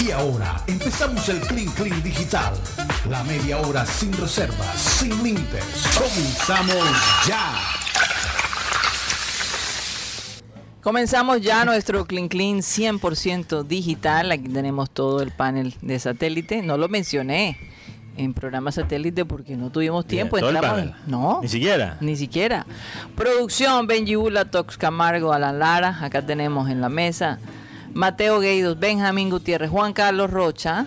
Y ahora empezamos el Clean Clean Digital. La media hora sin reservas, sin límites. Comenzamos ya. Comenzamos ya nuestro Clean Clean 100% digital. Aquí tenemos todo el panel de satélite. No lo mencioné en programa satélite porque no tuvimos tiempo. todo el Entramos- panel. No. Ni siquiera. Ni siquiera. Producción, Benji Bula, Tox Camargo, Alan Lara. Acá tenemos en la mesa Mateo Gueidos, Benjamín Gutiérrez, Juan Carlos Rocha,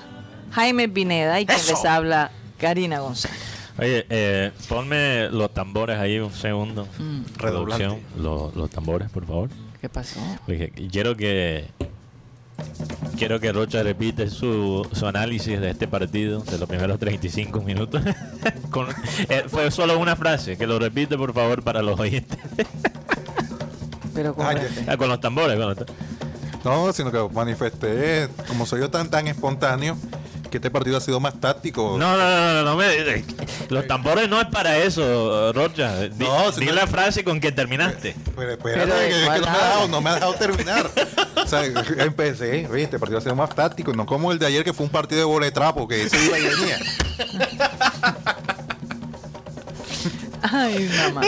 Jaime Pineda y quien les habla Karina González. Oye, eh, ponme los tambores ahí un segundo. Mm. Redoblante. Producción, lo- los tambores, por favor. ¿Qué pasó? Porque quiero que quiero que Rocha repite su, su análisis de este partido de los primeros 35 minutos. Con- eh, fue solo una frase, que lo repite por favor para los oyentes. Pero con- Cállate. Ah, con los tambores. con los ta- No, sino que manifesté, como soy yo tan tan espontáneo, que este partido ha sido más táctico. No, no, no, no, no me- eh, los tambores no es para eso, Rocha. Di, No, di si no- la frase con que terminaste. Pero espérate, Pero, que, es que no, me ha ¿cuál dejado, lado? no me ha dejado terminar. o sea, empecé, oye, este partido ha sido más táctico, no como el de ayer que fue un partido de bola de trapo, que ese iba y venía. Ay, mamá.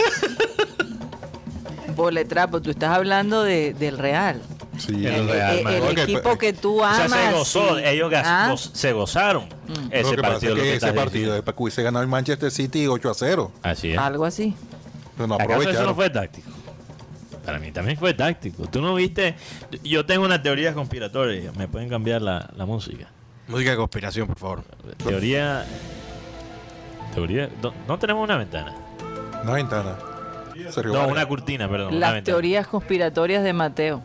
Boletrapo, tú estás hablando de- del Real. Sí, El El, Real Eh, el Madrid. Lo que- equipo que tú O sea, amas. se gozó, y- ellos gas- ¿Ah? Mm. goz- se gozaron lo ese partido. que pasa lo es que que ese estás partido de Pacu se ganó el Manchester City 8 a 0. diciendo. Así es. Algo así. Pero no ¿Acaso eso no aprovecharon. fue táctico? Para mí también fue táctico. Tú no viste. Yo tengo una teoría conspiratoria. Me pueden cambiar la, la música. Música de conspiración, por favor. Teoría. Teoría. No, no tenemos una ventana. No ventana. Sergio No, Vargas. una cortina, perdón. una Las ventana. teorías conspiratorias de Mateo.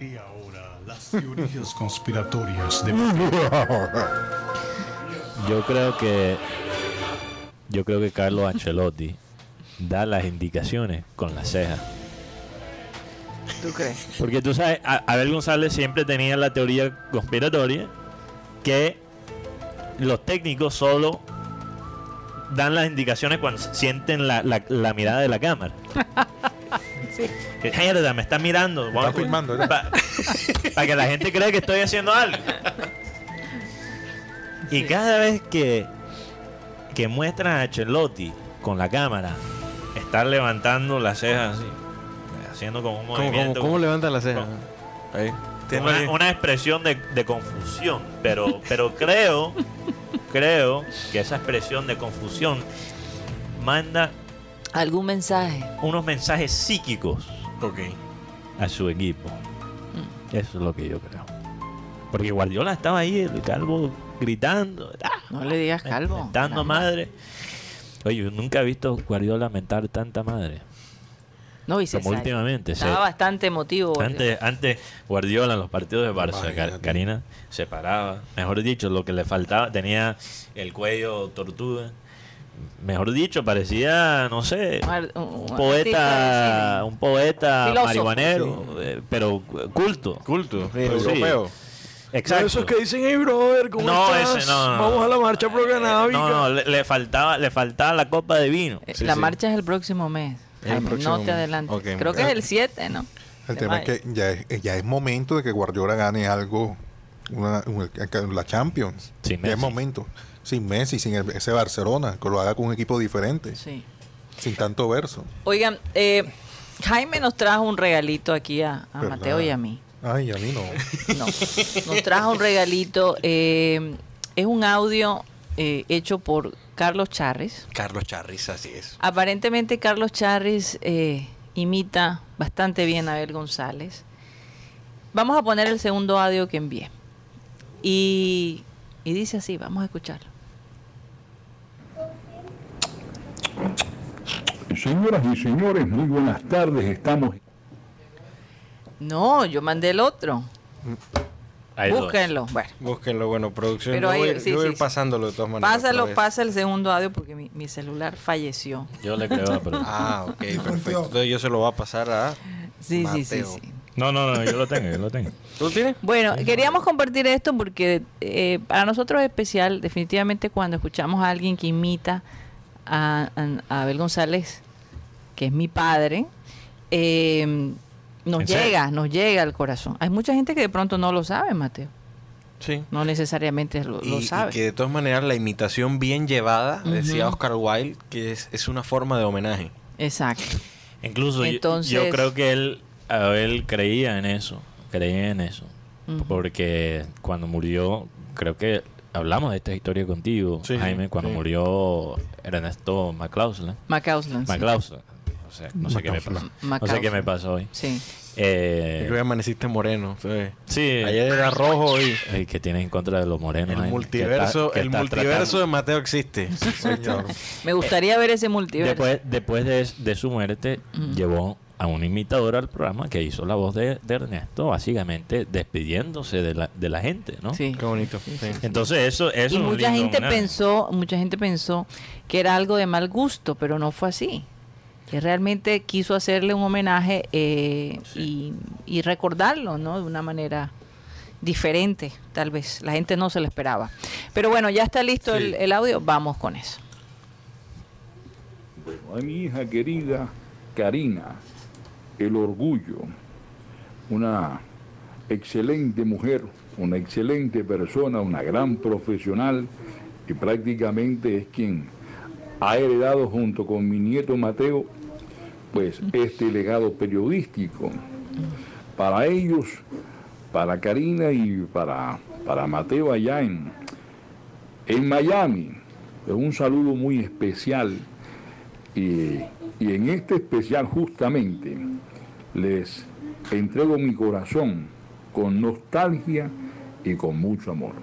Y ahora las teorías conspiratorias de Yo creo que. Yo creo que Carlos Ancelotti da las indicaciones con las cejas. ¿Tú crees? Porque tú sabes, A- Abel González siempre tenía la teoría conspiratoria que los técnicos solo dan las indicaciones cuando sienten la, la- la mirada de la cámara. Que, "Mierda, me está mirando. Bueno, filmando, ¿verdad? Para que la gente crea que estoy haciendo algo. Y cada vez que, que muestran a Ancelotti con la cámara, estar levantando las cejas así, haciendo como un ¿Cómo, movimiento. cómo, cómo levanta la ceja? Ahí. Una, una expresión de, de confusión, pero, pero creo, creo que esa expresión de confusión manda ¿Algún mensaje? unos mensajes psíquicos Ok. a su equipo. Mm. Eso es lo que yo creo. Porque Guardiola estaba ahí, el calvo, gritando, ¡ah! No le digas calvo. mentando Caramba. madre. Oye, yo nunca he visto a Guardiola mentar tanta madre. No, y se Como sale. últimamente. se- Estaba bastante emotivo. Guardiola. Antes, antes Guardiola en los partidos de Barça, Imagínate. Car- Karina se paraba. Mejor dicho, lo que le faltaba, tenía el cuello tortuga. Mejor dicho, parecía, no sé, Mar- un- un un artista de poeta, cine. un poeta Filósofo, marihuanero, eh, pero culto. Culto. Europeo. Exacto. Esos que dicen, hey, brother, ¿cómo No, estás? ese no, no, no. Vamos a la marcha no, programática. no, le, le faltaba, le faltaba la copa de vino. Eh, Sí, la sí. marcha es el próximo mes. El Jaime, próximo no te mes. adelantes. Ok, Creo que muy es bien. el 7, ¿no? El De tema es mayo. que ya es, eh, ya es momento de que Guardiola gane algo, una- un- la Champions. Sin ya Messi. es momento. Sin Messi, sin el- ese Barcelona, que lo haga con un equipo diferente, Sí. sin tanto verso. Oigan, eh, Jaime nos trajo un regalito aquí a, a ¿Verdad? Mateo y a mí. Ay, a mí no. No, nos trajo un regalito. eh, es un audio eh, hecho por Carlos Charres. Carlos Charriz, así es. Aparentemente Carlos Charris eh, imita bastante bien a Abel González. Vamos a poner el segundo audio que envié. Y, y dice así, vamos a escucharlo. Señoras y señores, muy buenas tardes. Estamos No, yo mandé el otro. Hay dos. Búsquenlo. Bueno, Búsquenlo, bueno, producción. Pero yo ahí- voy, sí, yo voy sí, sí. pasándolo de todas maneras. otra pásalo, vez. pasa el segundo audio porque mi, mi celular falleció. Yo le creo a la pregunta. Ah, ok, perfecto. Entonces yo se lo voy a pasar a. Sí, sí, sí, Mateo. sí. No, no, no, yo lo tengo, yo lo tengo. ¿Tú lo tienes? Bueno, queríamos compartir esto porque eh, para nosotros es especial, definitivamente cuando escuchamos a alguien que imita a, a- a Abel González, que es mi padre, eh, nos ¿En serio? llega, nos llega al corazón. Hay mucha gente que de pronto no lo sabe, Mateo. Sí. No necesariamente lo, Y, lo y sabe. que de todas maneras la imitación bien llevada, decía Ujú. Oscar Wilde, que es, es una forma de homenaje. Exacto. Incluso yo- yo, Entonces- creo que él, Abel creía en eso, creía en eso. Mm. Porque cuando murió, creo que hablamos de esta historia contigo, Sí, Jaime, cuando sí. murió Ernesto McClausland. McCausland. sí. McClausland. O sea, no sé qué me pasó. No sé McCausland. qué me pasó hoy. Sí. Yo Eh, Creo que amaneciste moreno. sí. sí, Ayer era rojo hoy. eh, que tienes en contra de los morenos. El Jaime, que multiverso, está- que el está multiverso tratando- de Mateo existe. señor. Me gustaría ver ese multiverso. Después, después de, de su muerte, llevó a un imitador al programa que hizo la voz de, de Ernesto, básicamente despidiéndose de la, de la gente, ¿no? sí. Qué bonito. sí. Entonces eso, eso y es un mucha lindo gente homenaje. pensó mucha gente pensó que era algo de mal gusto pero no fue así que realmente quiso hacerle un homenaje eh, y, y recordarlo no de una manera diferente tal vez la gente no se lo esperaba pero bueno ya está listo el, el audio vamos con eso Bueno, a mi hija querida Karina, el orgullo, una excelente mujer, una excelente persona, una gran profesional que prácticamente es quien ha heredado junto con mi nieto Mateo pues este legado periodístico. Para ellos, para Karina y para, para Mateo allá en, en Miami, pues, un saludo muy especial y, y en este especial justamente les entrego mi corazón con nostalgia y con mucho amor.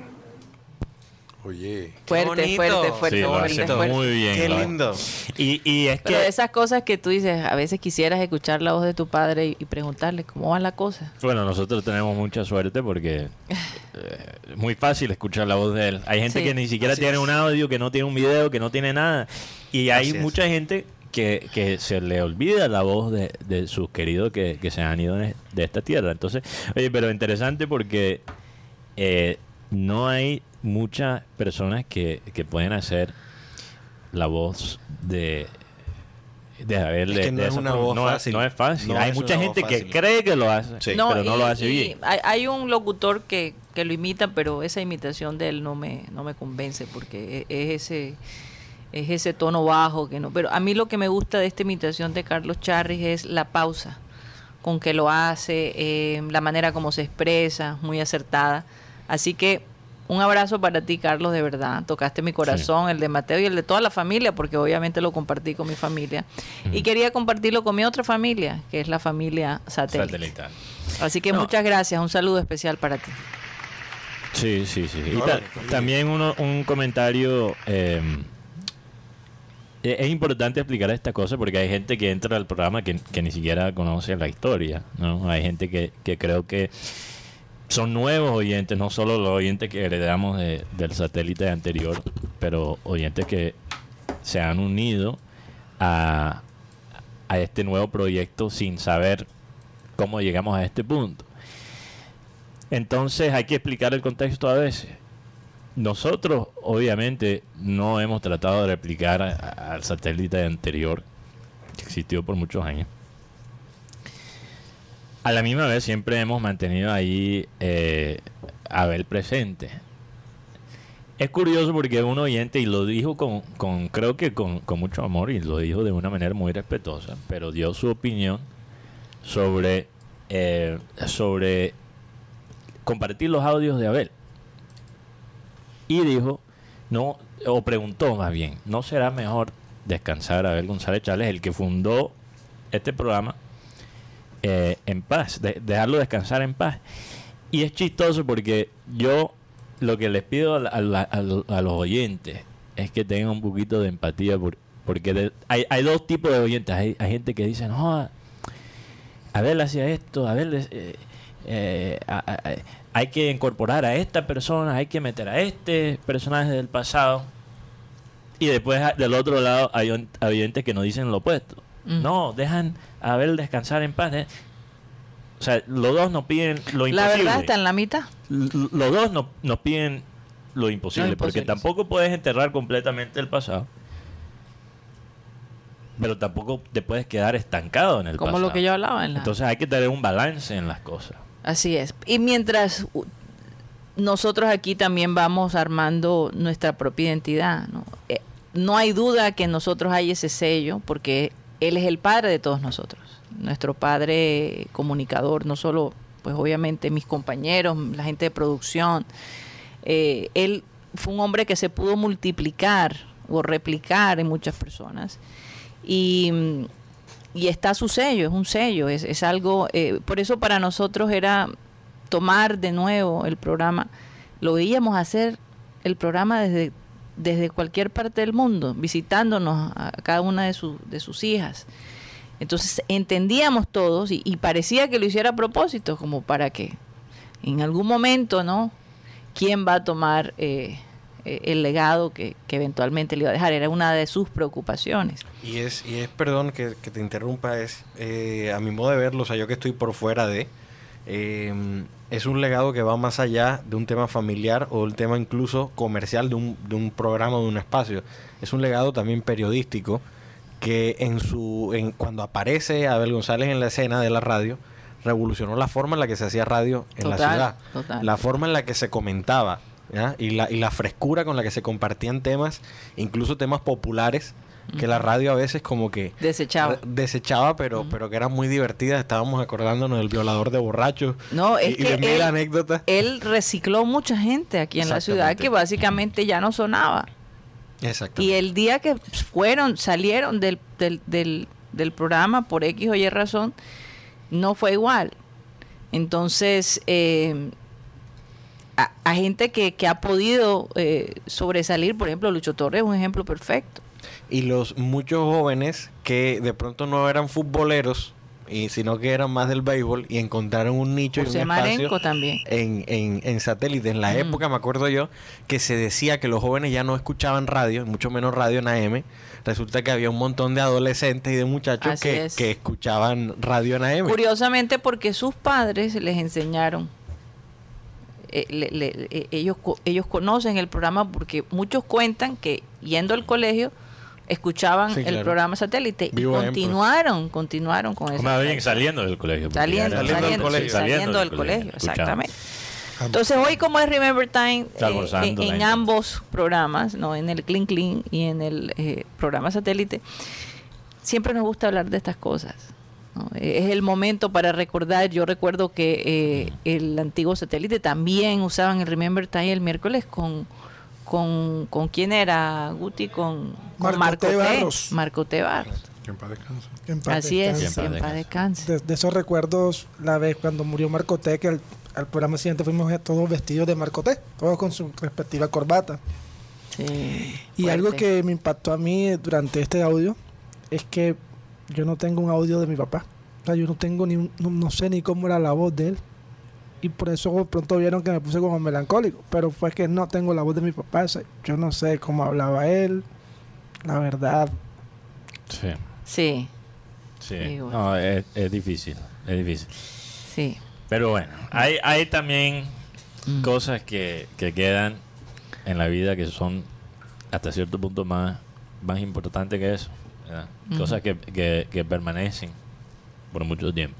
Oye. fuerte bonito. fuerte Sí, fuerte, lo fuerte, hace fuerte. muy bien. Qué la- lindo. Y, y es pero que, de esas cosas que tú dices a veces quisieras escuchar la voz de tu padre y, y preguntarle cómo va la cosa bueno, nosotros tenemos mucha suerte porque eh, es muy fácil escuchar la voz de él. Hay gente Sí. que ni siquiera Así tiene es. un audio, que no tiene un video, que no tiene nada. Y hay Así es. mucha gente que, que se le olvida la voz de, de sus queridos que, que se han ido de, de esta tierra. Entonces, oye, pero interesante porque eh, no hay muchas personas que, que pueden hacer la voz de de Abel Es de- que no de es esa una forma. voz no, es- fácil. no es fácil No hay es mucha una gente voz que fácil. cree que lo hace Sí. pero no y- lo hace y bien Hay, hay un locutor que, que lo imita, pero esa imitación de él no me, no me convence porque e- es ese es ese tono bajo que no. Pero a mí lo que me gusta de esta imitación de Carlos Charris es la pausa con que lo hace, eh, la manera como se expresa, muy acertada. Así que un abrazo para ti, Carlos, de verdad. Tocaste mi corazón, el de Mateo y el de toda la familia, porque obviamente lo compartí con mi familia. Y quería compartirlo con mi otra familia, que es la familia satélite. satelital Así que No. muchas gracias, un saludo especial para ti. sí sí sí y No, ta- no. también uno, un comentario eh, e- es importante explicar esta cosa porque hay gente que entra al programa que, que ni siquiera conoce la historia no hay gente que, que creo que son nuevos oyentes, no solo los oyentes que heredamos de- del satélite anterior, pero oyentes que se han unido a, a este nuevo proyecto sin saber cómo llegamos a este punto. Entonces hay que explicar el contexto a veces. Nosotros obviamente no hemos tratado de replicar a- a- al satélite anterior, que existió por muchos años. A la misma vez siempre hemos mantenido ahí eh, a Abel presente. Es curioso porque un oyente, y lo dijo con, con- creo que con, con mucho amor, y lo dijo de una manera muy respetuosa, pero dio su opinión sobre, eh, sobre compartir los audios de Abel. Y dijo, no, o preguntó más bien, ¿no será mejor descansar a Abel González Chávez, el que fundó este programa, eh, en paz, de- dejarlo descansar en paz. Y es chistoso porque yo lo que les pido a, la- a la- a lo- a los oyentes es que tengan un poquito de empatía, por- porque de- hay, hay dos tipos de oyentes. Hay, hay gente que dice, no, ah, Abel hacía esto, Abel... es- eh, eh, a- a- a- hay que incorporar a esta persona, hay que meter a este personaje del pasado. Y después a- del otro lado hay on- hay oyentes que nos dicen lo opuesto. Mm. No, dejan a Abel descansar en paz. eh. O sea, los dos nos piden lo imposible. La verdad está en la mitad. L- los dos no- nos piden lo imposible, Lo imposible, porque sí. tampoco puedes enterrar completamente el pasado. Pero tampoco te puedes quedar estancado en el Como pasado. lo que yo hablaba en la... Entonces hay que tener un balance en las cosas. Así es. Y mientras u- nosotros aquí también vamos armando nuestra propia identidad. ¿no? Eh, no hay duda que en nosotros hay ese sello, porque Él es el Padre de todos nosotros, nuestro Padre comunicador, no solo, pues obviamente mis compañeros, la gente de producción. Eh, él fue un hombre que se pudo multiplicar o replicar en muchas personas. Y, mm, y está su sello, es un sello, es, es algo, eh, por eso para nosotros era tomar de nuevo el programa, lo veíamos hacer el programa desde, desde cualquier parte del mundo, visitándonos a cada una de, su- de sus hijas. Entonces entendíamos todos y, y parecía que lo hiciera a propósito, como para que en algún momento, ¿no? ¿Quién va a tomar eh, eh, el legado que, que eventualmente le iba a dejar? Era una de sus preocupaciones. Y es, y es perdón que, que te interrumpa, es eh, a mi modo de verlo, o sea, yo que estoy por fuera de, eh, es un legado que va más allá de un tema familiar o un tema incluso comercial de un, de un programa o de un espacio. Es un legado también periodístico que en su en, cuando aparece Abel González en la escena de la radio, revolucionó la forma en la que se hacía radio en la Total, ciudad. total. La forma en la que se comentaba ¿ya? Y, la, y la frescura con la que se compartían temas, incluso temas populares, que la radio a veces como que Desechaba. re- desechaba, pero, pero que eran muy divertidas. Estábamos acordándonos del violador de borrachos No, y, es y que de mil él- anécdotas. Él recicló mucha gente aquí en la ciudad Exactamente. que básicamente ya no sonaba. Y Exactamente. el día que fueron, salieron del, del, del, del programa por X o Y razón, no fue igual. Entonces, eh, a, a gente que, que ha podido eh, sobresalir, por ejemplo, Lucho Torres es un ejemplo perfecto. Y los muchos jóvenes que de pronto no eran futboleros, y, sino que eran más del béisbol y encontraron un nicho y José un espacio. Marenco también. en, en, en satélite. En la Ujú. época, me acuerdo yo, que se decía que los jóvenes ya no escuchaban radio, mucho menos radio en AM. Resulta que había un montón de adolescentes y de muchachos Así que, es. que escuchaban radio en AM. Curiosamente porque sus padres les enseñaron. eh, le- le- eh, ellos, co- ellos conocen el programa porque muchos cuentan que yendo al colegio escuchaban Sí, el claro. programa satélite Vivo y ejemplo. continuaron, continuaron con eso. Más bien saliendo del colegio. porque Saliendo, ya era- saliendo, saliendo, sí, del colegio, escuchaba. exactamente. Entonces hoy como es Remember Time, Está eh, en, almorzando, en la gente. ambos programas, no en el Clean Clean y en el eh, programa satélite, siempre nos gusta hablar de estas cosas. ¿no? Eh, Es el momento para recordar, yo recuerdo que eh, el antiguo satélite también usaban el Remember Time el miércoles con... Con, con quién era Guti con, con Marco T. Barros. Marco T. Barros. Que en paz descanse. Que en paz Así es, descanse. Siempre siempre descanse. descanse. De, de esos recuerdos, la vez cuando murió Marco T, que al, al programa siguiente fuimos todos vestidos de Marco T, todos con su respectiva corbata. Sí, Y fuerte. algo que me impactó a mí durante este audio es que yo no tengo un audio de mi papá. O sea, yo no tengo ni un- no, no sé ni cómo era la voz de él. Y por eso de pronto vieron que me puse como melancólico. Pero fue que no tengo la voz de mi papá. o sea, yo no sé cómo hablaba él. La verdad. Sí, Sí, sí. Sí, bueno. No, es, es difícil, es difícil. sí. Pero bueno, hay, hay también Mm. cosas que, que quedan en la vida que son hasta cierto punto más, más importantes que eso. ¿verdad? Ujú. Cosas que, que- que permanecen por mucho tiempo.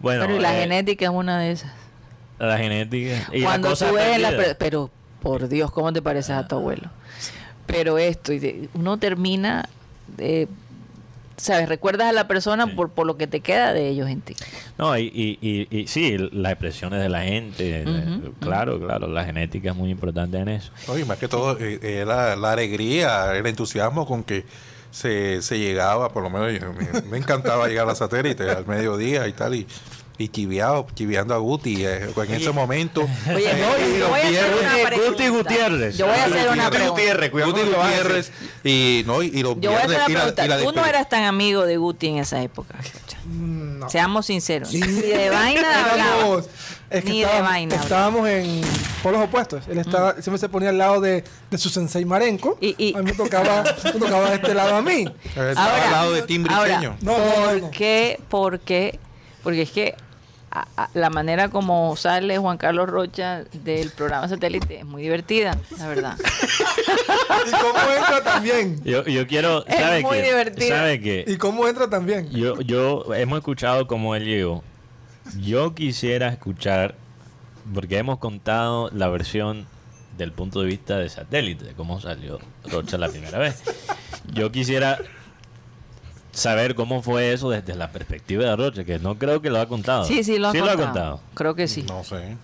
Bueno, pero y la eh, genética es una de esas. la genética y Cuando la cosa tú ves la aprendida. pre- pero por Dios, ¿cómo te pareces a tu abuelo? Pero esto, y de- uno termina, eh, ¿sabes? Recuerdas a la persona Sí. por, por lo que te queda de ellos en ti. No, y, y, y- y sí, las expresiones de la gente. de- Ujú, claro, claro, la genética es muy importante en eso. No, y más que todo, eh, era la alegría, el entusiasmo con que se, se llegaba, por lo menos yo- me, me encantaba llegar a la satélite al mediodía y tal, y, y chiveado, chiveando a Guti eh, en ese momento. Oye, Eh, yo- y yo los voy a hacer viernes- una pregunta. Guti Gutiérrez. Yo voy a hacer una Guti pregunta. Guti Gutiérrez y, no, y, y los Yo voy a hacer viernes, una y la- pregunta. y la Tú no despedida. eras tan amigo de Guti en esa época. Rocha. mm, No. Seamos sinceros. Ni de vaina hablaba. Éramos- es que Ni de estábamos, vaina hablaba. Mm. estábamos en polos opuestos. Él estaba, siempre se ponía al lado de, de su sensei Marenco. Y- y- A mí me tocaba, me tocaba de este lado a mí. Eh, estaba Ahora- al lado de Tim ahora- Briceño. No, no, no, no. ¿Por qué? ¿Por qué? Porque es que a- a- la manera como sale Juan Carlos Rocha del programa satélite es muy divertida, la verdad. ¿Y cómo entra también? Yo, yo quiero. Es ¿sabe muy qué? divertido. ¿Sabe qué? ¿Y cómo entra también? Yo, yo hemos escuchado cómo él llegó. Yo quisiera escuchar porque hemos contado la versión del punto de vista de satélite, de cómo salió Rocha la primera vez. Yo quisiera saber cómo fue eso desde la perspectiva de Rocha, que no creo que lo ha contado. Sí, sí, lo ha, contado. ha contado. Creo que sí. No sé.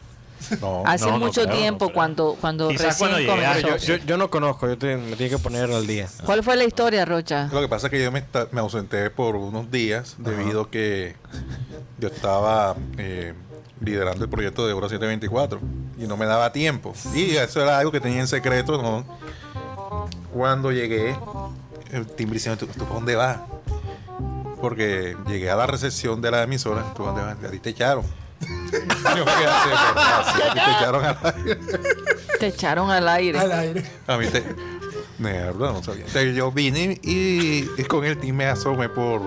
No. Hace no, no mucho creo, no tiempo creo. cuando, cuando Quizás recién cuando llegaste, Yo, comenzó. yo- yo no conozco, yo te- me tiene que poner al día. ¿Cuál fue la historia, Rocha? Lo que pasa es que yo me, esta- me ausenté por unos días debido a que yo estaba eh, liderando el proyecto de Euro 724 y no me daba tiempo. Y eso era algo que tenía en secreto. ¿no? Cuando llegué, el timbricino, ¿tú, ¿tú para dónde vas? Porque llegué a la recepción de la emisora, ¿tú para dónde vas? A ti te echaron. yo me quedé así, pero, ah, sí, a ti te echaron a la... Te echaron al aire. Al aire. A mí te. Mierda, no sabía. Entonces, yo vine y, y con el team me asomé por.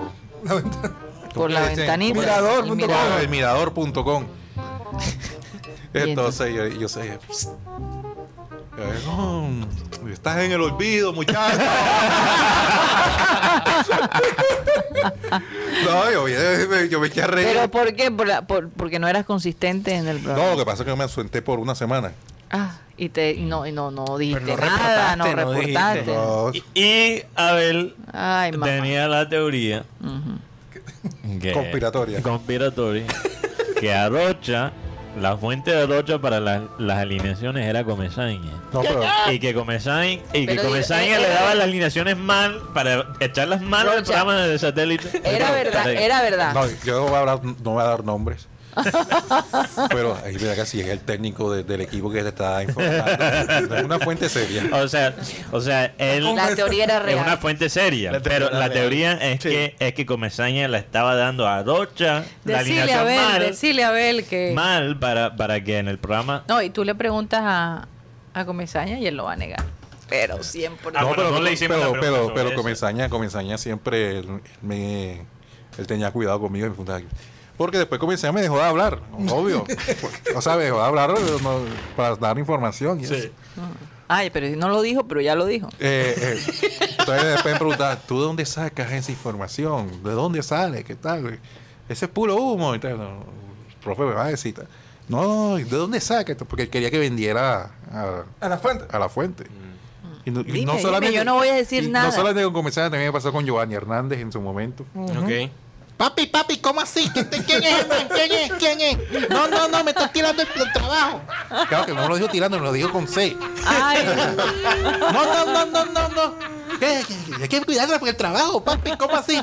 Por la ¿Cómo dicen? ventanita. Mirador El por punto com. mirador. el mirador.com. Y Entonces yo, yo sé. "Psst". Yo, "No, estás en el olvido, muchacho. no, yo, yo- yo me eché a reír. ¿Pero por qué? Por la- por- porque no eras consistente en el no, programa. lo que pasa es que me asenté por una semana. Ah, y, te, y, no, y no, no dijiste no nada, no reportaste, no reportaste. No, Y, y Abel Ay, mamá. tenía la teoría que- Conspiratoria. conspiratoria, que a Rocha, la fuente de Rocha para las- las alineaciones era Comesaña. no, pero. Y que Comesaña y que Pero Comesaña era- le daba las alineaciones mal para echarlas mal al Rocha. programa de satélite. Era verdad, era verdad. No, yo no voy a, hablar- no voy a dar nombres. Pero ahí mira que si es el técnico de- del equipo que te está informando. Es una fuente seria. O sea, o sea, él La teoría era es real. una fuente seria, La teoría pero era la real. teoría es que es que Comesaña la estaba dando a Rocha la Decile alineación a Abel, mal, decile a Abel que... mal para para que en el programa No, y tú le preguntas a, a Comesaña y él lo va a negar. Pero siempre. Ah, bueno, no le hicimos la pero, pregunta pero, sobre pero eso. Comesaña, Comesaña siempre él, él me, él tenía cuidado conmigo. y me preguntaba, Porque después Comesaña me dejó de hablar, obvio. O sea, me dejó de hablar pero no- para dar información. y eso. Ay, pero no lo dijo, pero ya lo dijo. Eh, eh, entonces después me preguntaba, ¿tú de dónde sacas esa información? ¿De dónde sale? ¿Qué tal? Ese es puro humo. Entonces, no, el profe me va a decir, no, ¿de dónde sacas esto? Porque él quería que vendiera a, A la fuente. a la fuente. Y no, y Mm. Dime, no dime, solamente, yo no voy a decir y nada. Mm. No solamente con Comesaña, también me pasó con Giovanni Hernández en su momento. Ok. Papi, papi, ¿cómo así? ¿Quién, quién es, hermano? ¿Quién es? ¿Quién es? No, no, no, me estás tirando el, el trabajo. Claro que no lo dijo tirando, lo dijo con C. Ay, No, no, no, no, no, no. ¿Qué? Hay que cuidarla por el trabajo, papi, ¿cómo así?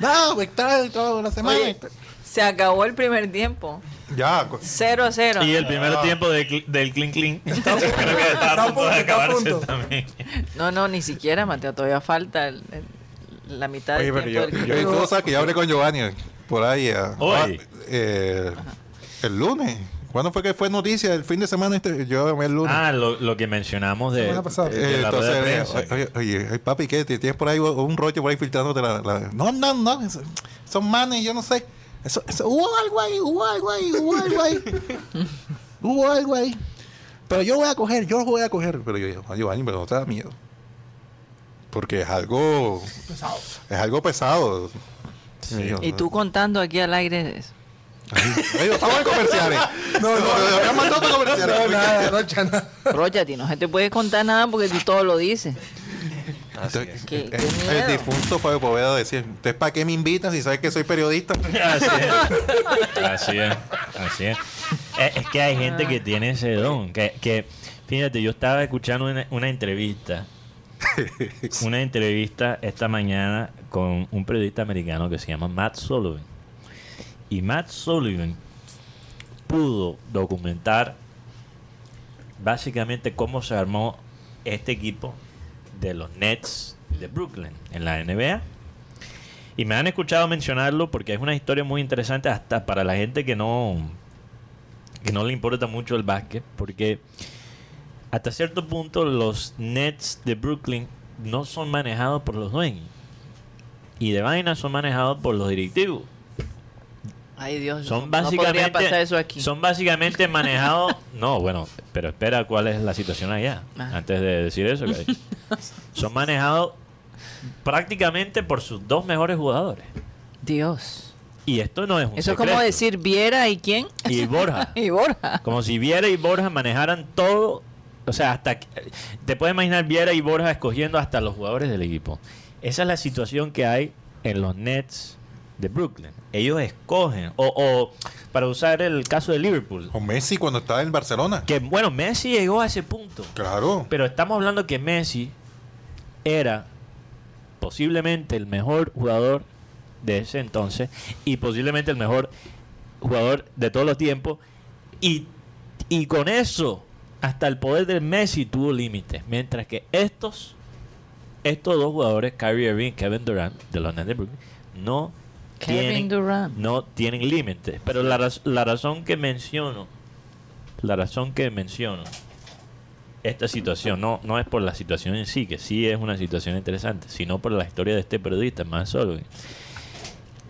No, me está el trabajo de la semana. oye, se acabó el primer tiempo. Ya, co- 0 a 0. y el primer tiempo de cl- del clean clean. Creo que Ah. está estaba a a punto de punto, está a acabarse punto. también. No, no, ni siquiera, Mateo. Todavía falta el- el- la mitad Oye, del pero tiempo. yo, del- yo hay cosas que ya hablé con Giovanni por ahí. eh, Hoy. ah, eh, el lunes. ¿Cuándo fue que fue noticia? El fin de semana este, yo llamé el lunes. Ah, lo, lo que mencionamos de, Semana pasada. de Eh, la rueda entonces, de eh, prensa. oye, oye, ay, papi, ¿qué? ¿Te- ¿Tienes por ahí un rollo por ahí filtrándote la... la- No, no, no, es- son manes, yo no sé. Eso, eso- hubo algo ahí, hubo algo ahí, hubo algo ahí. hubo algo ahí. Pero yo voy a coger, yo voy a coger. Pero yo digo, "Ay, Giovanni, pero no te da miedo. Porque es algo... Es algo pesado. Y yo, Y tú contando aquí al aire eso. Ay, yo estaba en comerciales. No, no, no, había mandado para comerciales. No, nada, Rocha, nada. Rocha, a ti no se te puede contar nada porque tú todo lo dices. Entonces, Qué- el, qué el miedo. difunto Fabio Poveda decía, ¿ustedes para qué me invitan si sabes que soy periodista? Así es. Así es. Así es. Eh, Es que hay gente que tiene ese don. Que, que, fíjate, yo estaba escuchando una, una entrevista. Una entrevista esta mañana con un periodista americano que se llama Matt Sullivan. Y Matt Sullivan pudo documentar básicamente cómo se armó este equipo de los Nets de Brooklyn en la NBA. Y me han escuchado mencionarlo porque es una historia muy interesante hasta para la gente que no que no le importa mucho el básquet, porque hasta cierto punto los Nets de Brooklyn no son manejados por los dueños. Y de vaina son manejados por los directivos. Ay, Dios. no- Son No podría básicamente pasar eso aquí. son básicamente manejados, no, bueno, pero espera cuál es la situación allá Ah. antes de decir eso. que- son manejados prácticamente por sus dos mejores jugadores. Dios. Y esto no es un Eso es como secreto. decir Viera y quién. Y Borja. y Borja. Como si Viera y Borja manejaran todo. O sea, hasta. que- Te puedes imaginar Viera y Borja escogiendo hasta los jugadores del equipo. Esa es la situación que hay en los Nets de Brooklyn. Ellos escogen. O, o para usar el caso de Liverpool. O Messi cuando estaba en Barcelona. Que bueno, Messi llegó a ese punto. Claro. Pero estamos hablando que Messi era posiblemente el mejor jugador de ese entonces y posiblemente el mejor jugador de todos los tiempos. Y, y con eso, hasta el poder de Messi tuvo límites. Mientras que estos, estos dos jugadores, Kyrie Irving y Kevin Durant, de los Nets de Brooklyn, no Kevin tienen, Durant. no tienen límites. Pero la, raz- la razón que menciono, la razón que menciono esta situación, no, no es por la situación en sí, que sí es una situación interesante, sino por la historia de este periodista, más solo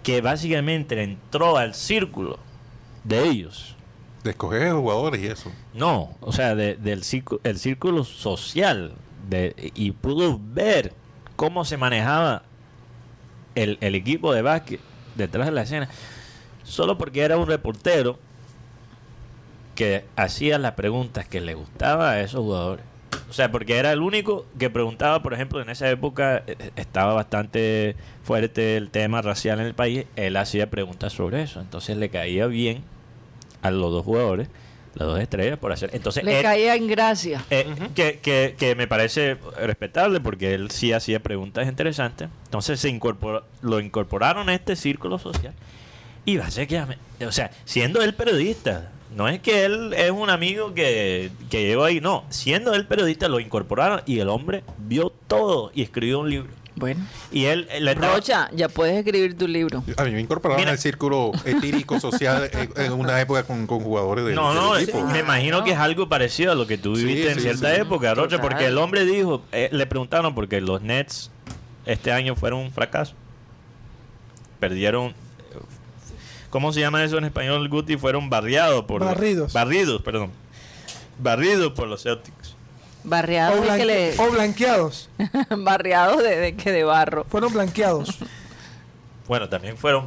que básicamente entró al círculo de ellos. De escoger jugadores y eso. No, o sea, de- del círculo, el círculo social. De, y pudo ver cómo se manejaba el, el equipo de básquet detrás de la escena. Solo porque era un reportero que hacía las preguntas que le gustaba a esos jugadores. O sea, porque era el único que preguntaba, por ejemplo, en esa época eh, estaba bastante fuerte el tema racial en el país. Él hacía preguntas sobre eso. Entonces le caía bien a los dos jugadores, las dos estrellas, por hacer. Entonces, Le él- caía en gracia. eh, que, que- que me parece respetable porque él sí hacía preguntas interesantes. Entonces se incorporó, lo incorporaron a este círculo social. Y va a ser que, a me- o sea, siendo él periodista, no es que él es un amigo que, que llevo ahí, no, siendo él periodista lo incorporaron y el hombre vio todo y escribió un libro. Bueno. Y él, eh, le estaba- Rocha, ya puedes escribir tu libro. A mí me incorporaron Mira. al círculo etírico social en, en una época con, con jugadores del No, del no, equipo. me imagino que es algo parecido a lo que tú Sí, viviste en sí, cierta sí. época, Rocha, Total. porque el hombre dijo, eh, le preguntaron porque los Nets este año fueron un fracaso. Perdieron, eh, ¿cómo se llama eso en español, Guti? Fueron barriados por... los- Barridos. barridos, perdón. Barridos por los Celtics. O, Barreados de que blanque- le. o blanqueados. barreados de, de que de barro. Fueron blanqueados. Bueno, también fueron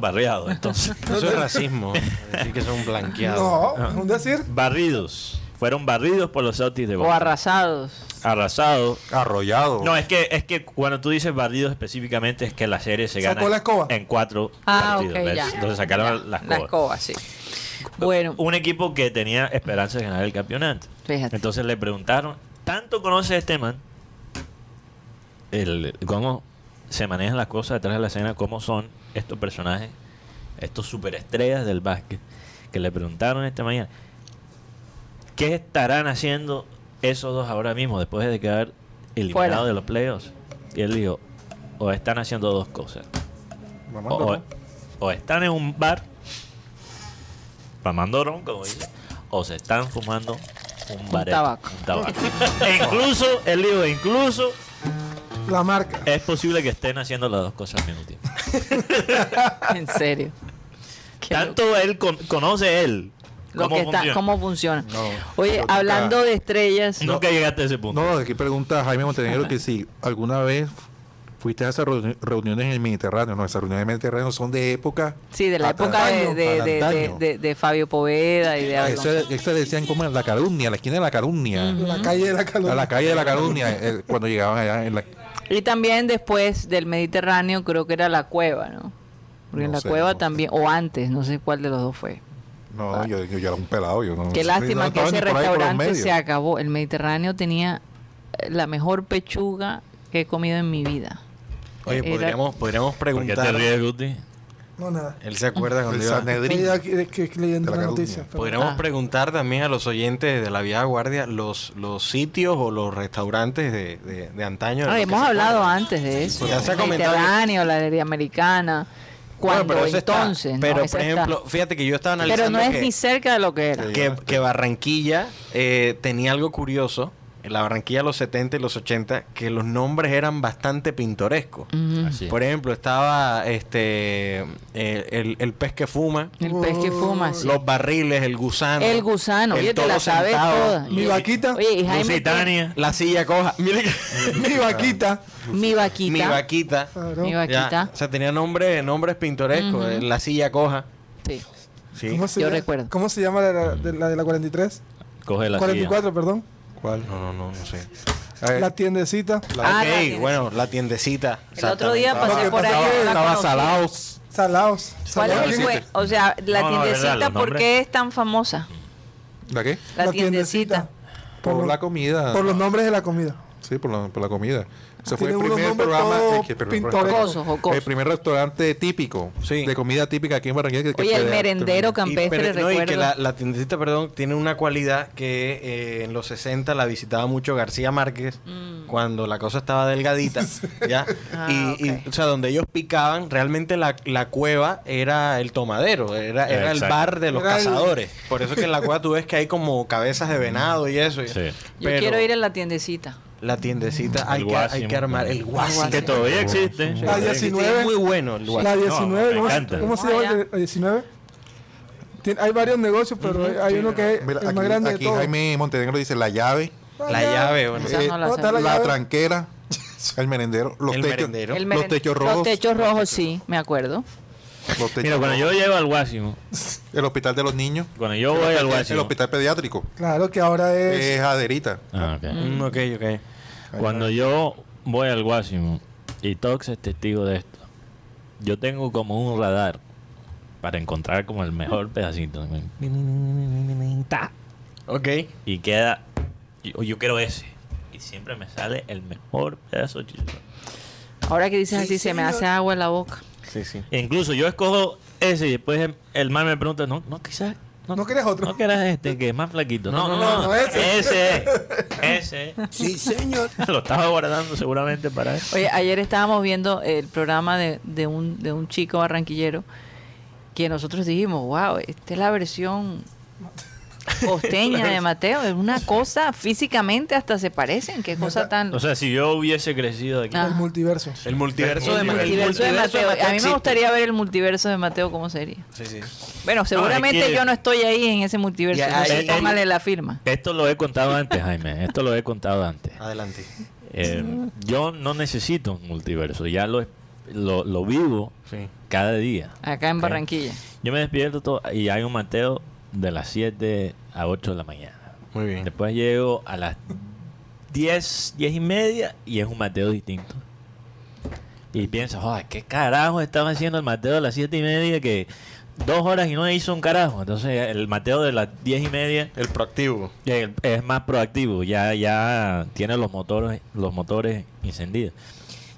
barriados, entonces. Eso es racismo. Decir que son blanqueados. no, es un decir. barridos. Fueron barridos por los Celtics de O Boston. arrasados. Arrasados. Arrollado. No, es que, es que cuando tú dices barridos específicamente es que la serie se Sacó gana la escoba. en cuatro Ah, partidos. ok, ¿ves? ya. Entonces sacaron Ya, las La escoba, sí. Bueno, Un equipo que tenía esperanza de ganar el campeonato. fíjate. Entonces le preguntaron, ¿tanto conoce este man? El, ¿Cómo se manejan las cosas detrás de la escena? ¿Cómo son estos personajes, estos superestrellas del básquet? Que le preguntaron esta mañana, ¿qué estarán haciendo esos dos ahora mismo después de quedar eliminados Fuera. de los playoffs? Y él dijo, o están haciendo dos cosas. Mamá, O, no. o están en un bar mamando ron, como dice, o se están fumando un bar. tabaco. e incluso, el libro, incluso La marca. es posible que estén haciendo las dos cosas al mismo tiempo. En serio. Qué loco. Tanto él con- conoce él. Lo cómo que está- funciona. cómo funciona. No, Oye, yo nunca- hablando de estrellas, Nunca llegaste a ese punto. No, aquí pregunta Jaime Montenegro que si alguna vez fuiste a esas reuni- reuniones en el Mediterráneo. No, esas reuniones en el Mediterráneo son de época. sí, de la atan- época de, de- antaño, de- para de- antaño. de- de Fabio Poveda y de Abel Esa- González. esa decían como en la calumnia, la esquina de la calumnia. La calle de la A calor. la calle de la calumnia, eh, cuando llegaban allá en la. Y también después del Mediterráneo, creo que era la cueva, ¿no? Porque en No la sé, cueva no sé. también, o antes, no sé cuál de los dos fue. Ah. No, yo, yo, yo era un pelado. Yo no, Qué lástima no que estaba ese ni por ahí por los restaurante medios. se acabó. El Mediterráneo tenía eh, la mejor pechuga que he comido en mi vida. Oye, Era- podríamos, podríamos ¿Por qué te preguntar. ríes, Guti? No, nada. Él se acuerda El cuando iba- Sanedrín. Estoy aquí, es que leyendo De la la calumnia. noticia. pero- Podríamos Ah. preguntar también a los oyentes de la Vía Guardia los, los sitios o los restaurantes de, de- de antaño. de Ah, los que hemos se hablado acuerdan. antes de eso. Ya se ha comentado. Mediterráneo, la galería americana. Bueno, Cuando pero eso está- entonces. ¿no? pero, Esa por está. ejemplo, fíjate que yo estaba analizando Pero no es que, ni cerca de lo que era. que- que Barranquilla eh, tenía algo curioso en la Barranquilla de los 70 y los 80 que los nombres eran bastante pintorescos. Mm. Así es. Por ejemplo, estaba este eh, el, el pez que fuma, El pez que fuma, Ah, sí. los barriles, el gusano. El gusano, oye, te toro la sabes sentado, toda. Mi vaquita, Oye, y Jaime, Lusitania. La silla coja. Mira que- mi vaquita. mi vaquita. mi vaquita. Claro. Mi Ya, vaquita. o sea, tenía nombre, nombres pintorescos. eh, La silla coja. Sí. Sí. ¿Cómo se Yo llama- recuerdo. ¿Cómo se llama la de la- de la, de la 43? Coge la 44, perdón. ¿Cuál? No, no, no, no sé. Eh, La tiendecita. Ah, ok, la tienda. bueno, la tiendecita. El otro día pasé exactamente. por ahí. no la Estaba conocí. salados. Salaos. ¿Cuál Salaos. es el jue- O sea, la No, no, de verdad, tiendecita, los ¿por nombres. qué es tan famosa? ¿La qué? La, tiendecita. Por, Por, la los- comida. por los nombres de la comida. Sí, por la, por la comida. Se fue Tiene el unos primer nombres programa. todos eh, que- pero- pero- pintorescos. Jocoso, jocoso. El primer restaurante típico. Sí. De comida típica aquí en Barranquilla. que- que Oye, el fue- merendero que- Y, campestre, pero- no, y que recuerdo. la, la tiendecita, perdón, tiene una cualidad que eh, en los 60 la visitaba mucho García Márquez cuando la cosa estaba delgadita, ¿ya? Ah, y, y, ok. o sea, donde ellos picaban, realmente la, la cueva era el tomadero, era, era el Exacto. bar de los Era el- cazadores. Por eso que en la cueva tú ves que hay como cabezas de venado y eso. y- Sí. Yo pero quiero ir a la tiendecita. La tiendecita, El hay que, hay Guasimo. que armar el guasimo. Que todavía existe. Ah, La Sí, sí, 19. es muy bueno el La guasimo. 19, me ¿cómo, se- encanta. cómo se Ah, llama el de- la 19? Tien- hay varios negocios, pero hay- hay uno que es Mira, el aquí, más grande de aquí todos. Jaime Montenegro dice la llave, La llave, bueno. Esa eh, no la ¿cómo sé. está la- la llave. tranquera, el merendero, los El techos, merendero. El los meren- techos Los rojos, techos rojos, sí, me acuerdo. los techos Mira, cuando rojos, yo llego al Guasimo, el hospital de los niños, cuando yo voy al el, el Guasimo, hospital pediátrico, Claro que ahora es. es Aderita. Ah, ok. Mm, ok, ok. cuando yo voy al Guasimo, y Tox es testigo de esto, yo tengo como un radar para encontrar como el mejor pedacito. Ok. Y queda, yo, yo quiero ese. Y siempre me sale el mejor pedazo de chicharrón. Ahora que dices así, se me hace agua en la boca. Sí, sí. E Incluso yo escojo ese y después el, el man me pregunta, no, no, quizás. No, ¿No querés otro? No querés este, que es más flaquito. No, no, no, no, ese. Ese Ese Sí, señor. Lo estaba guardando seguramente para eso. Oye, ayer estábamos viendo el programa de, de un, de un chico barranquillero que nosotros dijimos, wow, esta es la versión costeña de Mateo. Es una cosa, físicamente hasta se parecen. Qué cosa tan... O sea, si yo hubiese crecido de aquí. Ah. El multiverso. El multiverso, el de, multiverso de Mateo. A mí me gustaría ver el multiverso de Mateo cómo sería. Sí, sí. Bueno, seguramente que- yo no estoy ahí en ese multiverso. Ya, no sé, ahí- póngale la firma. Esto lo he contado antes, Jaime. Esto lo he contado antes. Adelante. Eh, yo no necesito un multiverso. Ya lo, lo, lo vivo Sí. cada día. Acá en Ok. Barranquilla. Yo me despierto todo, y hay un Mateo de las 7 a 8 de la mañana. Muy bien. Después llego a las 10, 10 y media y es un Mateo distinto. Y piensas, joder, ¿qué carajo estaba haciendo el Mateo de las 7 y media que dos horas y no hizo un carajo? Entonces el Mateo de las 10 y media El proactivo. eh, es más proactivo, ya, ya tiene los motores, los motores encendidos.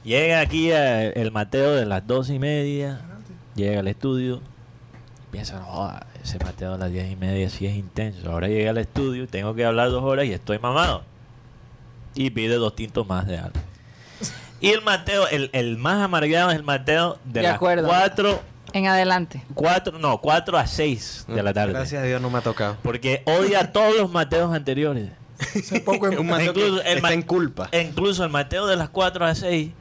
Llega aquí eh, el Mateo de las 12 y media, llega al estudio, piensa, "No, ese Mateo de las 10 y media sí es intenso. Ahora llega al estudio, tengo que hablar dos horas y estoy mamado. Y pide dos tintos más de algo. Y el Mateo, el, el más amargado es el Mateo de, De las acuerdo. 4, En adelante. no, 4 a 6 de la tarde. Gracias a Dios no me ha tocado. Porque odia a todos los Mateos anteriores. Poco en- Un Mateo que Incluso el está Ma- en culpa. E Incluso el Mateo de las 4 a 6,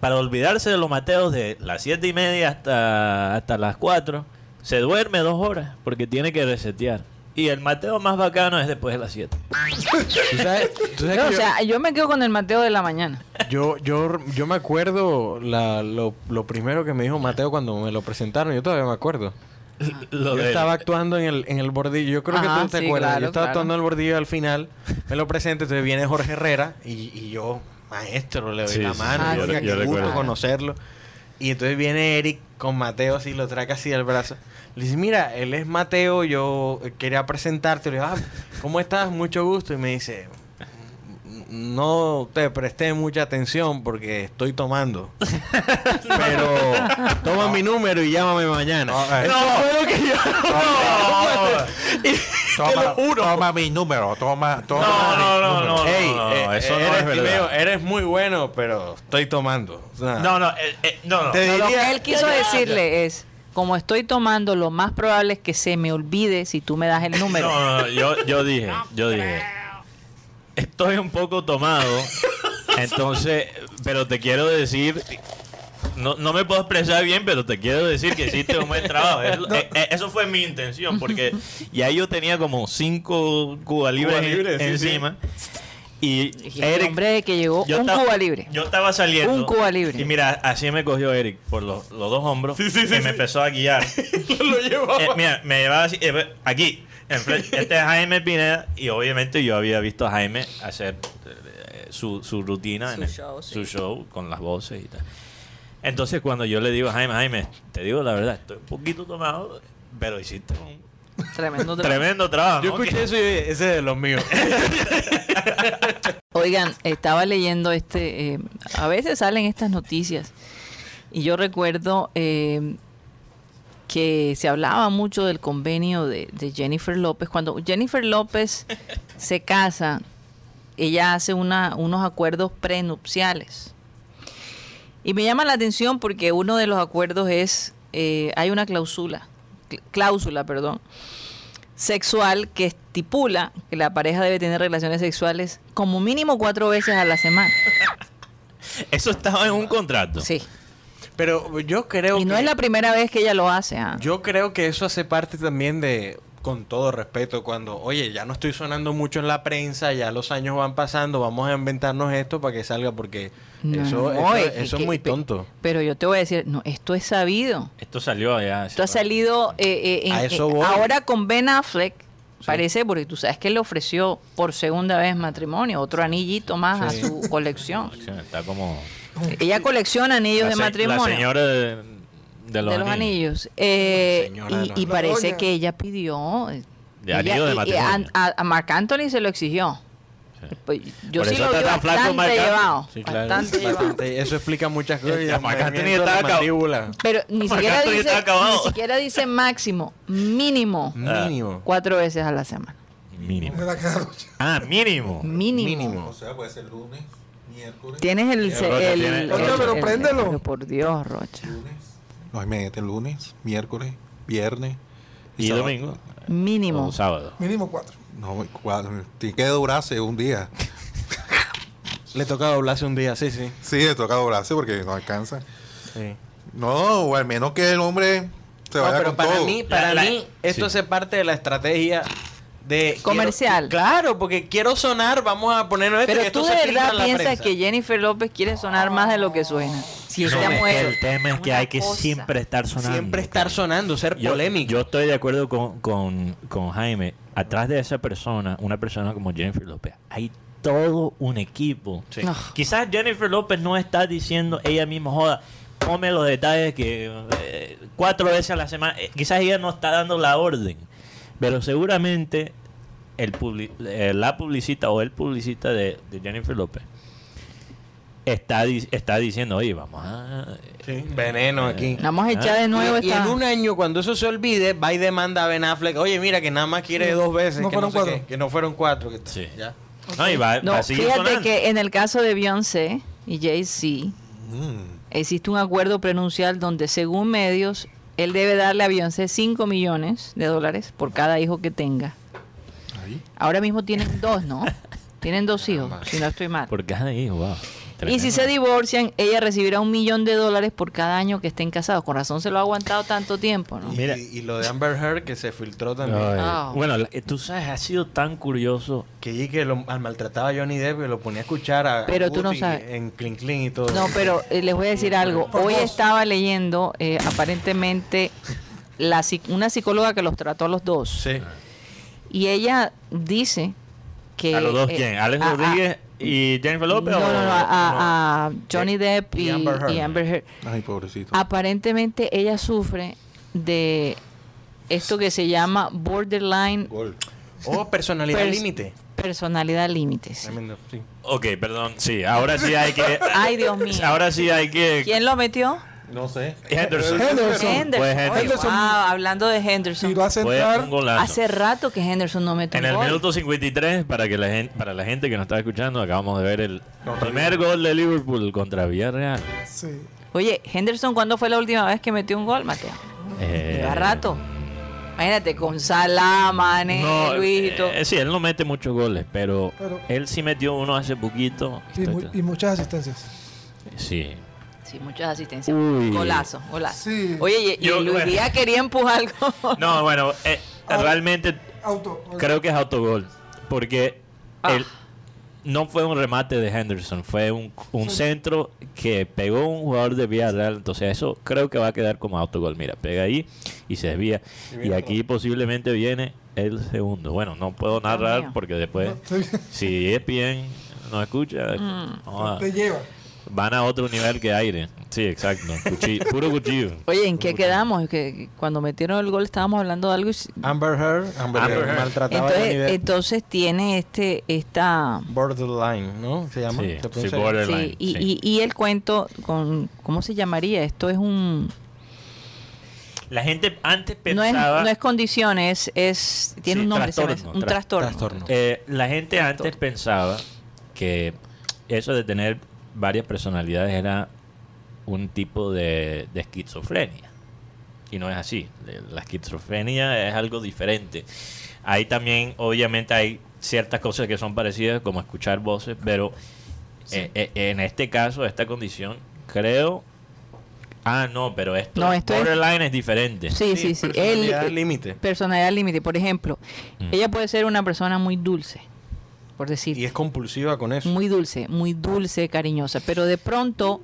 para olvidarse de los Mateos de las 7 y media hasta, hasta las 4, se duerme dos horas porque tiene que resetear. Y el Mateo más bacano es después de las 7. ¿Tú sabes- tú sabes No, que o yo- sea, yo me quedo con el Mateo de la mañana. Yo, yo, yo me acuerdo la- lo, lo primero que me dijo Mateo cuando me lo presentaron. Yo todavía me acuerdo. Lo yo de- estaba actuando en el, en el bordillo. Yo creo Ajá, que tú te sí, acuerdas. claro, yo estaba claro. actuando en el bordillo al final. Me lo presenta, entonces viene Jorge Herrera y, y yo, maestro, le doy Sí, la sí, mano. sí, yo, yo- yo oiga, qué gusto recuerdo. conocerlo. Y entonces viene Eric con Mateo así, lo trae así del brazo. Le dice, mira, él es Mateo, yo quería presentarte. Le digo, ah, ¿cómo estás? Mucho gusto. Y me dice, no te presté mucha atención porque estoy tomando. Pero toma mi número y llámame mañana. Ah, eh. Eso fue lo que yo... Toma, toma mi número, toma, toma. No, no, mi no, número. no, Ey, no, eh, eso no eres, es verdad. Timeo, eres muy bueno, pero estoy tomando. O sea, No, no, eh, eh, no, no. Te No, lo diría- que él quiso decirle es, como estoy tomando, lo más probable es que se me olvide si tú me das el número. No, no, no, yo, yo dije, yo dije. estoy un poco tomado. entonces, pero te quiero decir. No, no me puedo expresar bien, pero te quiero decir que hiciste un buen trabajo. Es- eh, eh, eso fue mi intención, porque ya yo tenía como cinco Cuba Libres en- Libres, sí, encima. Y Y el Eric, hombre que llegó yo un estaba- Cuba libre. Yo estaba saliendo. Un Cuba libre. Y mira, así me cogió Eric por los, los dos hombros. y me empezó a guiar. Lo llevaba. Eh, mira, me llevaba así, eh, aquí. enfrente. Este es Jaime Pineda. Y obviamente yo había visto a Jaime hacer eh, su, su rutina, Su en el- show, sí. su show con las voces y tal. Entonces, cuando yo le digo a Jaime, Jaime, te digo la verdad, estoy un poquito tomado, pero hiciste un Tremendo trabajo. tremendo trabajo. Yo escuché eso y dije, ese es de los míos. Oigan, estaba leyendo este, eh, a veces salen estas noticias y yo recuerdo eh, que se hablaba mucho del convenio de, de Jennifer López. Cuando Jennifer López se casa, ella hace una, unos acuerdos prenupciales. Y me llama la atención porque uno de los acuerdos es, eh, hay una cláusula, cl- cláusula, perdón, sexual que estipula que la pareja debe tener relaciones sexuales como mínimo cuatro veces a la semana. Eso estaba en un contrato. Sí. Pero yo creo Y no que- es la primera vez que ella lo hace. ah. Yo creo que eso hace parte también de, con todo respeto, cuando, oye, ya no estoy sonando mucho en la prensa, ya los años van pasando, vamos a inventarnos esto para que salga, porque No, no, eso, eso- es que- eso es muy que- tonto. Pero yo te voy a decir, no, esto es sabido. Esto salió allá. Esto ha salido eh, eh, en- A eso eh, voy. ahora con Ben Affleck. Parece, porque tú sabes que le ofreció por segunda vez matrimonio, otro anillito más Sí. a su colección. Está como... Ella colecciona anillos la de se- La matrimonio. señora de, de los, de los anillos. anillos. Eh, La señora de y- los y anillos. parece que ella pidió. eh, De anillo de y- y matrimonio. A, Marc Anthony se lo exigió. Pues, yo Por sí lo eso está vi tan flaco bastante Marc Anthony. llevado. Sí, claro. bastante llevado. Bastante. Eso explica muchas cosas. El y el Marc Anthony movimiento de estaba la acab- mandíbula. Pero ni Marc siquiera, Anthony dice, está acabado. ni siquiera dice máximo, mínimo Mm. Ah. Mínimo. cuatro veces a la semana. Mínimo. Era cada noche. Ah, mínimo. Mínimo. Mínimo. O sea, puede ser lunes, miércoles. Tienes el. Rocha, el- tiene- el- Rocha, pero el- préndelo. pero por Dios, Rocha. No, imagínate, lunes, miércoles, viernes. Y sábado. domingo. Mínimo. O sábado. Mínimo cuatro. No, cuál, tiene que durarse un día. Le toca doblarse un día, sí, sí. Sí, le toca durarse porque no alcanza. sí. No, o al menos que el hombre se No, vaya pero con para todo. mí, para La- la- mí, esto sí. hace parte de la estrategia de Comercial. quiero- claro, porque quiero sonar, vamos a ponernos esto, que Pero Este, esto tú de se filtra verdad en la piensas prensa. que Jennifer López quiere sonar más de lo que suena. Si No, esta es que mujer- el tema es que hay que Una cosa. siempre estar sonando. siempre estar sonando, ser Yo- polémico. Yo estoy de acuerdo con, con, con Jaime. Atrás de esa persona, una persona como Jennifer López, hay todo un equipo. Sí. No. Quizás Jennifer López no está diciendo ella misma, joda, ponme los detalles que eh, cuatro veces a la semana. Eh, quizás ella no está dando la orden, pero seguramente el publi- eh, la publicista o el publicista de, de Jennifer López está, di- está diciendo, oye, vamos a. Sí, Veneno aquí. Vamos a echar de nuevo y, y esta- en un año, cuando eso se olvide, va y demanda a Ben Affleck. Oye, mira, que nada más quiere dos veces. No que fueron sé cuatro. qué, que no fueron cuatro. que- Sí. ya. No, y va, va No, a seguir fíjate sonando. que en el caso de Beyoncé y Jay-Z, existe un acuerdo prenuncial donde, según medios, él debe darle a Beyoncé 5 millones de dólares por cada hijo que tenga. Ahí. Ahora mismo tienen dos, ¿no? Tienen dos hijos, si no estoy mal. Por cada hijo, wow. Y si se divorcian, ella recibirá un millón de dólares por cada año que estén casados. Con razón se lo ha aguantado tanto tiempo, ¿no? Y, Mira. y lo de Amber Heard que se filtró también. Ay. Ah. Bueno, la- eh, tú sabes, ha sido tan curioso. Que y que lo al- maltrataba a Johnny Depp y lo ponía a escuchar a, a Pero tú no Guti sabes. en Clean Clean y todo. No, pero eh, les voy a decir algo. Hoy estaba leyendo, eh, aparentemente, la, psi- una psicóloga que los trató a los dos. Sí. Y ella dice que... a los dos, eh, ¿quién? ¿Alex a- a- Rodríguez y Jennifer López? no, o- no, ah, no, a, a Johnny Eh, Depp y y, Amber Heard. y Amber Heard. Ay, pobrecito. Ah. Aparentemente ella sufre de esto que se llama borderline Gol. Oh, personalidad Pers- límite. personalidad límites. Tremendo, sí. Ok, perdón, sí, ahora sí hay que... Ay, Dios mío. Ahora sí hay que... Ah, ¿Quién lo metió? No sé. Henderson. Henderson. Henderson. Fue Henderson. Henderson. Wow, hablando de Henderson. Si lo hace Fue entrar, un golazo. Hace rato que Henderson no mete En un el gol. minuto 53, para, que la gente, para la gente que nos está escuchando, acabamos de ver el primer gol de Liverpool contra Villarreal. sí. Oye, Henderson, ¿cuándo fue la última vez que metió un gol, Mateo? Eh, Lleva rato. Imagínate, con Salah, Mané, No, Luisito. eh, sí, él no mete muchos goles, pero, Pero- él sí metió uno hace poquito. Y, mu- y muchas asistencias. Sí. Sí, muchas asistencias. Uy. Golazo, golazo. Sí. Oye, y, y Yo, Luis bueno. Díaz quería empujar algo. No, bueno, eh, Ah. realmente Auto. creo que es autogol. Porque Ah. él- no fue un remate de Henderson, fue un, un centro que pegó un jugador de Villarreal. Entonces, eso creo que va a quedar como autogol. Mira, pega ahí y se desvía. Y aquí posiblemente viene el segundo. Bueno, no puedo narrar mío. porque después, te, si es bien, no escucha. Mm. no va. te lleva. Van a otro nivel que aire. Sí, exacto. Cuchillo, puro cuchillo. Oye, ¿en qué quedamos? Que cuando metieron el gol estábamos hablando de algo. y s- Amber Heard, Amber eh, Heard. maltrataba a Entonces, eh, Johnny Depp. entonces tiene este, esta, Borderline, ¿no? Se llama. Sí, ¿Se sí, pronuncia? borderline. sí, y, sí. y, y el cuento con, ¿cómo se llamaría? Esto es un, La gente antes no es, pensaba. no es condiciones, es, tiene Sí, un nombre, se me- trastorno, un tra- trastorno. Trastorno. Eh, la gente antes pensaba que eso de tener varias personalidades era un tipo de, de esquizofrenia. Y no es así. Eh, La esquizofrenia es algo diferente. Hay también, obviamente, hay ciertas cosas que son parecidas, como escuchar voces, pero eh, eh, en este caso, esta condición, creo... Ah, no, pero esto, No, esto es- borderline es, diferente. Sí, sí, sí. Él, eh, personalidad límite. personalidad límite, por ejemplo, Mm. ella puede ser una persona muy dulce, por decir. Y es compulsiva con eso. Muy dulce, muy dulce, cariñosa. Pero de pronto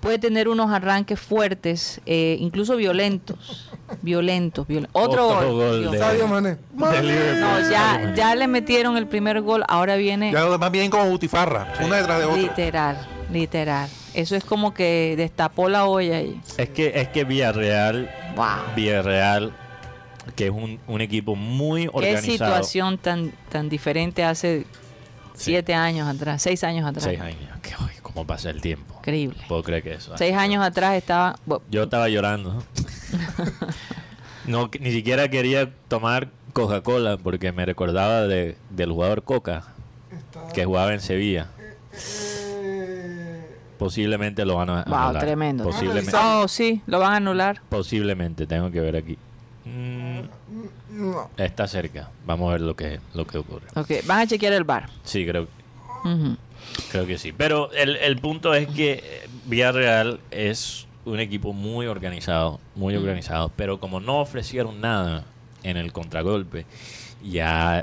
puede tener unos arranques fuertes, eh, incluso violentos. Violentos, violen- Otro, Otro gol. gol de- Dios. Sadio Mané. De Liverpool. No, ya, ya le metieron el primer gol, ahora viene Ya lo demás vienen como butifarra, una detrás de otra. literal, literal. Eso es como que destapó la olla y Es que, es que Villarreal wow. Villarreal, que es un, un equipo muy Qué organizado. situación tan tan diferente hace Sí. siete años atrás, seis años atrás. Seis años. Que, uy, ¿Cómo pasa el tiempo? Increíble. No Puedo creer que eso. Seis años atrás estaba. bu- Yo estaba llorando. no, que- ni siquiera quería tomar Coca-Cola porque me recordaba de, del jugador Coca que jugaba en Sevilla. Eh, Posiblemente lo van a Wow, anular. tremendo. Posiblemente, Oh, sí, lo van a anular. posiblemente, tengo que ver aquí. Mm, está cerca. Vamos a ver lo que, lo que ocurre. Ok, van a chequear el bar. Sí, creo que Ujú. Creo que sí. Pero el, el punto es que eh, Villarreal es un equipo muy organizado, muy organizado. Pero como no ofrecieron nada en el contragolpe, ya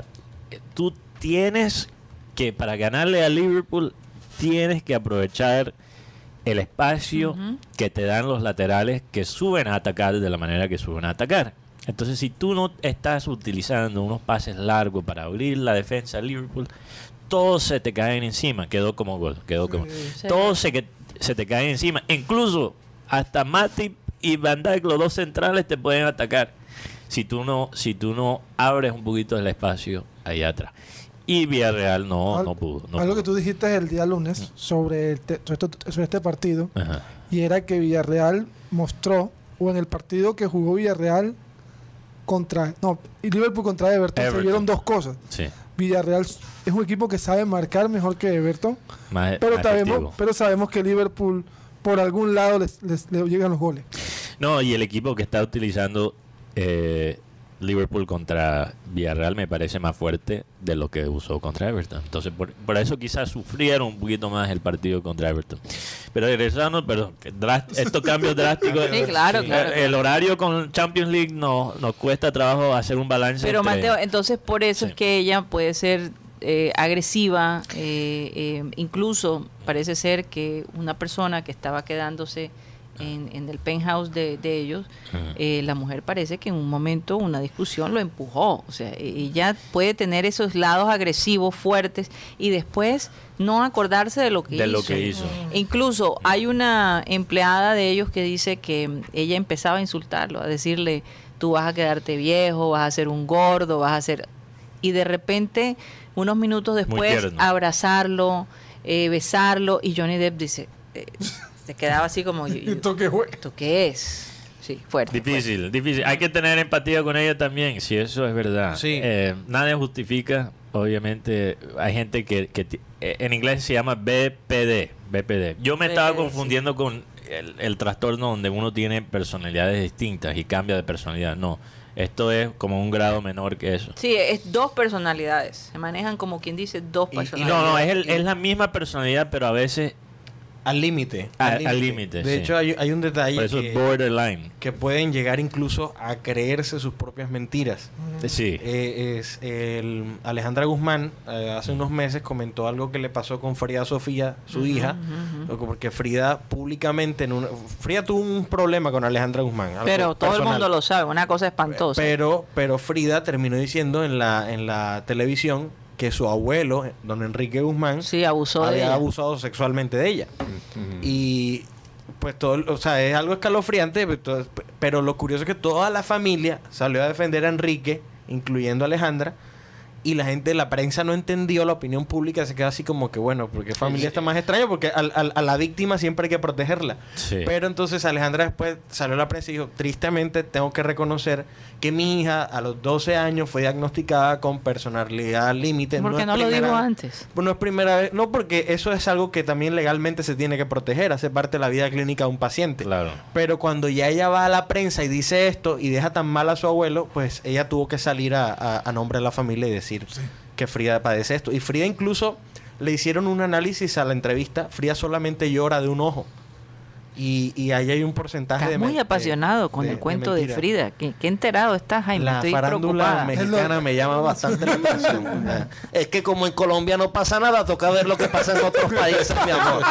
eh, tú tienes que, para ganarle a Liverpool, tienes que aprovechar el espacio que te dan los laterales que suben a atacar de la manera que suben a atacar. Entonces, si tú no estás utilizando unos pases largos para abrir la defensa de Liverpool, todos se te caen encima. Quedó como gol, quedó como. Sí. Todos se, que- se te caen encima. Incluso hasta Matip y Van Dijk, los dos centrales, te pueden atacar si tú no, si tú no abres un poquito el espacio allá atrás. Y Villarreal no, Al- no pudo. no Algo que pudo. Mm. tú dijiste el día lunes sobre, el te- sobre esto- sobre este partido, Ajá. y era que Villarreal mostró, o en el partido que jugó Villarreal contra, no, y Liverpool contra Everton, se Everton. vieron dos cosas. Sí. Villarreal es un equipo que sabe marcar mejor que Everton, Más- pero más Eh, efectivo. sabemos, pero sabemos que Liverpool por algún lado les, les- le llegan los goles. No, y el equipo que está utilizando eh, Liverpool contra Villarreal me parece más fuerte de lo que usó contra Everton. Entonces, por, por eso quizás sufrieron un poquito más el partido contra Everton. Pero regresando, perdón, que dras- estos cambios drásticos. Sí, claro, Eh, claro. El horario con Champions League no, nos cuesta trabajo hacer un balance. Pero entre- Mateo, entonces por eso es Sí. que ella puede ser eh, agresiva, eh, eh, incluso parece ser que una persona que estaba quedándose en, Ah. en el penthouse de, de ellos, eh, la mujer parece que en un momento una discusión lo empujó, o sea, e- ella puede tener esos lados agresivos fuertes y después no acordarse de lo que de hizo. lo que hizo. E Incluso hay una empleada de ellos que dice que ella empezaba a insultarlo, a decirle, tú vas a quedarte viejo, vas a ser un gordo, vas a ser... Y de repente, unos minutos después, tierno. abrazarlo, eh, besarlo, y Johnny Depp dice, eh, se quedaba así como, "Yo- yo- Esto que fue. ¿esto qué es? Sí, fuerte. Difícil, difícil. Hay que tener empatía con ella también, si eso es verdad. Sí. Eh, nadie justifica, obviamente, hay gente que, que ti- eh, en inglés se llama BPD. BPD. Yo me estaba BPD, confundiendo con el, el trastorno donde uno tiene personalidades distintas y cambia de personalidad. No, Esto es como un grado menor que eso. Sí, es dos personalidades. Se manejan como quien dice dos Y- y no, Y personalidades. no, no, es, el- es la misma personalidad, pero a veces Al límite. Al- al límite, De sí. hecho, hay, hay un detalle por eso que- es borderline. que pueden llegar incluso a creerse sus propias mentiras. Sí. Eh, es el- Alejandra Guzmán eh, hace unos meses comentó algo que le pasó con Frida Sofía, su hija, porque Frida públicamente en una- Frida tuvo un problema con Alejandra Guzmán. algo Pero todo el personal. mundo lo sabe, una cosa espantosa. Pero, pero Frida terminó diciendo en la, en la televisión que su abuelo, don Enrique Guzmán, sí, abusó de había ella. abusado sexualmente de ella. Y pues todo, o sea, es algo escalofriante, pero todo- pero lo curioso es que toda la familia salió a defender a Enrique, incluyendo a Alejandra, y la gente, la prensa no entendió, la opinión pública se quedó así como que, bueno, porque familia está más extraña, porque al- al- a la víctima siempre hay que protegerla. Sí. Pero entonces Alejandra después salió a la prensa y dijo, tristemente tengo que reconocer que mi hija a los 12 años fue diagnosticada con personalidad límite. ¿Por qué es no lo primera- digo antes? pues no es primera vez, no porque eso es algo que también legalmente se tiene que proteger, hace parte de la vida clínica de un paciente. Claro. Pero cuando ya ella va a la prensa y dice esto y deja tan mal a su abuelo, pues ella tuvo que salir a, a- a nombre de la familia y decir que Frida padece esto. Y Frida incluso le hicieron un análisis a la entrevista, Frida solamente llora de un ojo. Y, y ahí hay un porcentaje Estás de muy men- de- apasionado con de- el cuento de, mentira. Frida. ¿Qué, qué enterado estás, Jaime? La Estoy farándula preocupada. mexicana me llama bastante la atención. Es que como en Colombia no pasa nada, toca ver lo que pasa en otros países, mi amor.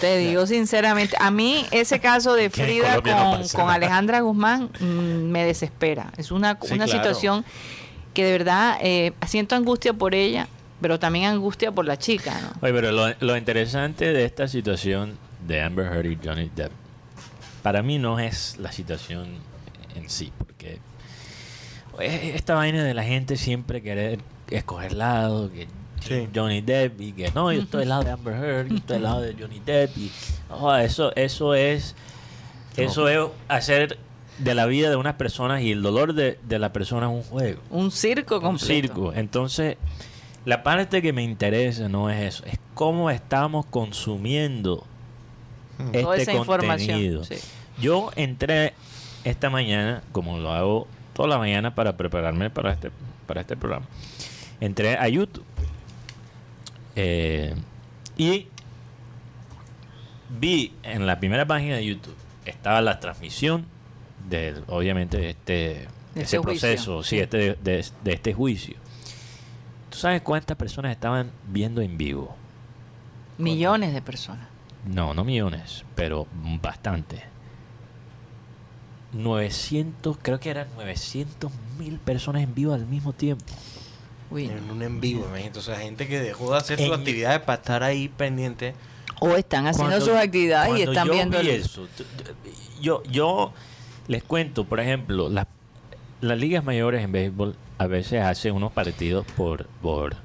Te digo sinceramente, a mí ese caso de Que en Frida Colombia no con, pasa con nada. Alejandra Guzmán mm, me desespera. Es una, Sí, una claro. situación que de verdad eh, siento angustia por ella, pero también angustia por la chica. ¿no? Oye, pero lo, lo interesante de esta situación de Amber Heard y Johnny Depp, para mí no es la situación en sí, porque eh, esta vaina de la gente siempre querer escoger lado, que Sí. Johnny Depp y que no, yo estoy del lado de Amber Heard, yo estoy del lado de Johnny Depp y oh, eso, eso es, eso es hacer de la vida de unas personas y el dolor de, de las personas un juego. Un circo Un completo. circo. Entonces, la parte que me interesa no es eso, es cómo estamos consumiendo este Toda esa contenido. información. sí. Yo entré esta mañana, como lo hago toda la mañana para prepararme para este, para este programa, entré a YouTube Eh, y vi en la primera página de YouTube estaba la transmisión de obviamente este De ese este juicio. proceso, sí, este de, de- de este juicio. ¿Tú sabes cuántas personas estaban viendo en vivo? Millones de personas. No, no millones, pero bastante. 900, creo que eran 900 mil personas en vivo al mismo tiempo. Uy, no. En un en vivo, imagínate. O sea, gente que dejó de hacer En- sus actividades para estar ahí pendiente. O están haciendo Cuando- sus actividades y cuando están yo viendo... vi el- eso, t- t- yo, yo les cuento, por ejemplo, las, las ligas mayores en béisbol a veces hacen unos partidos por, por,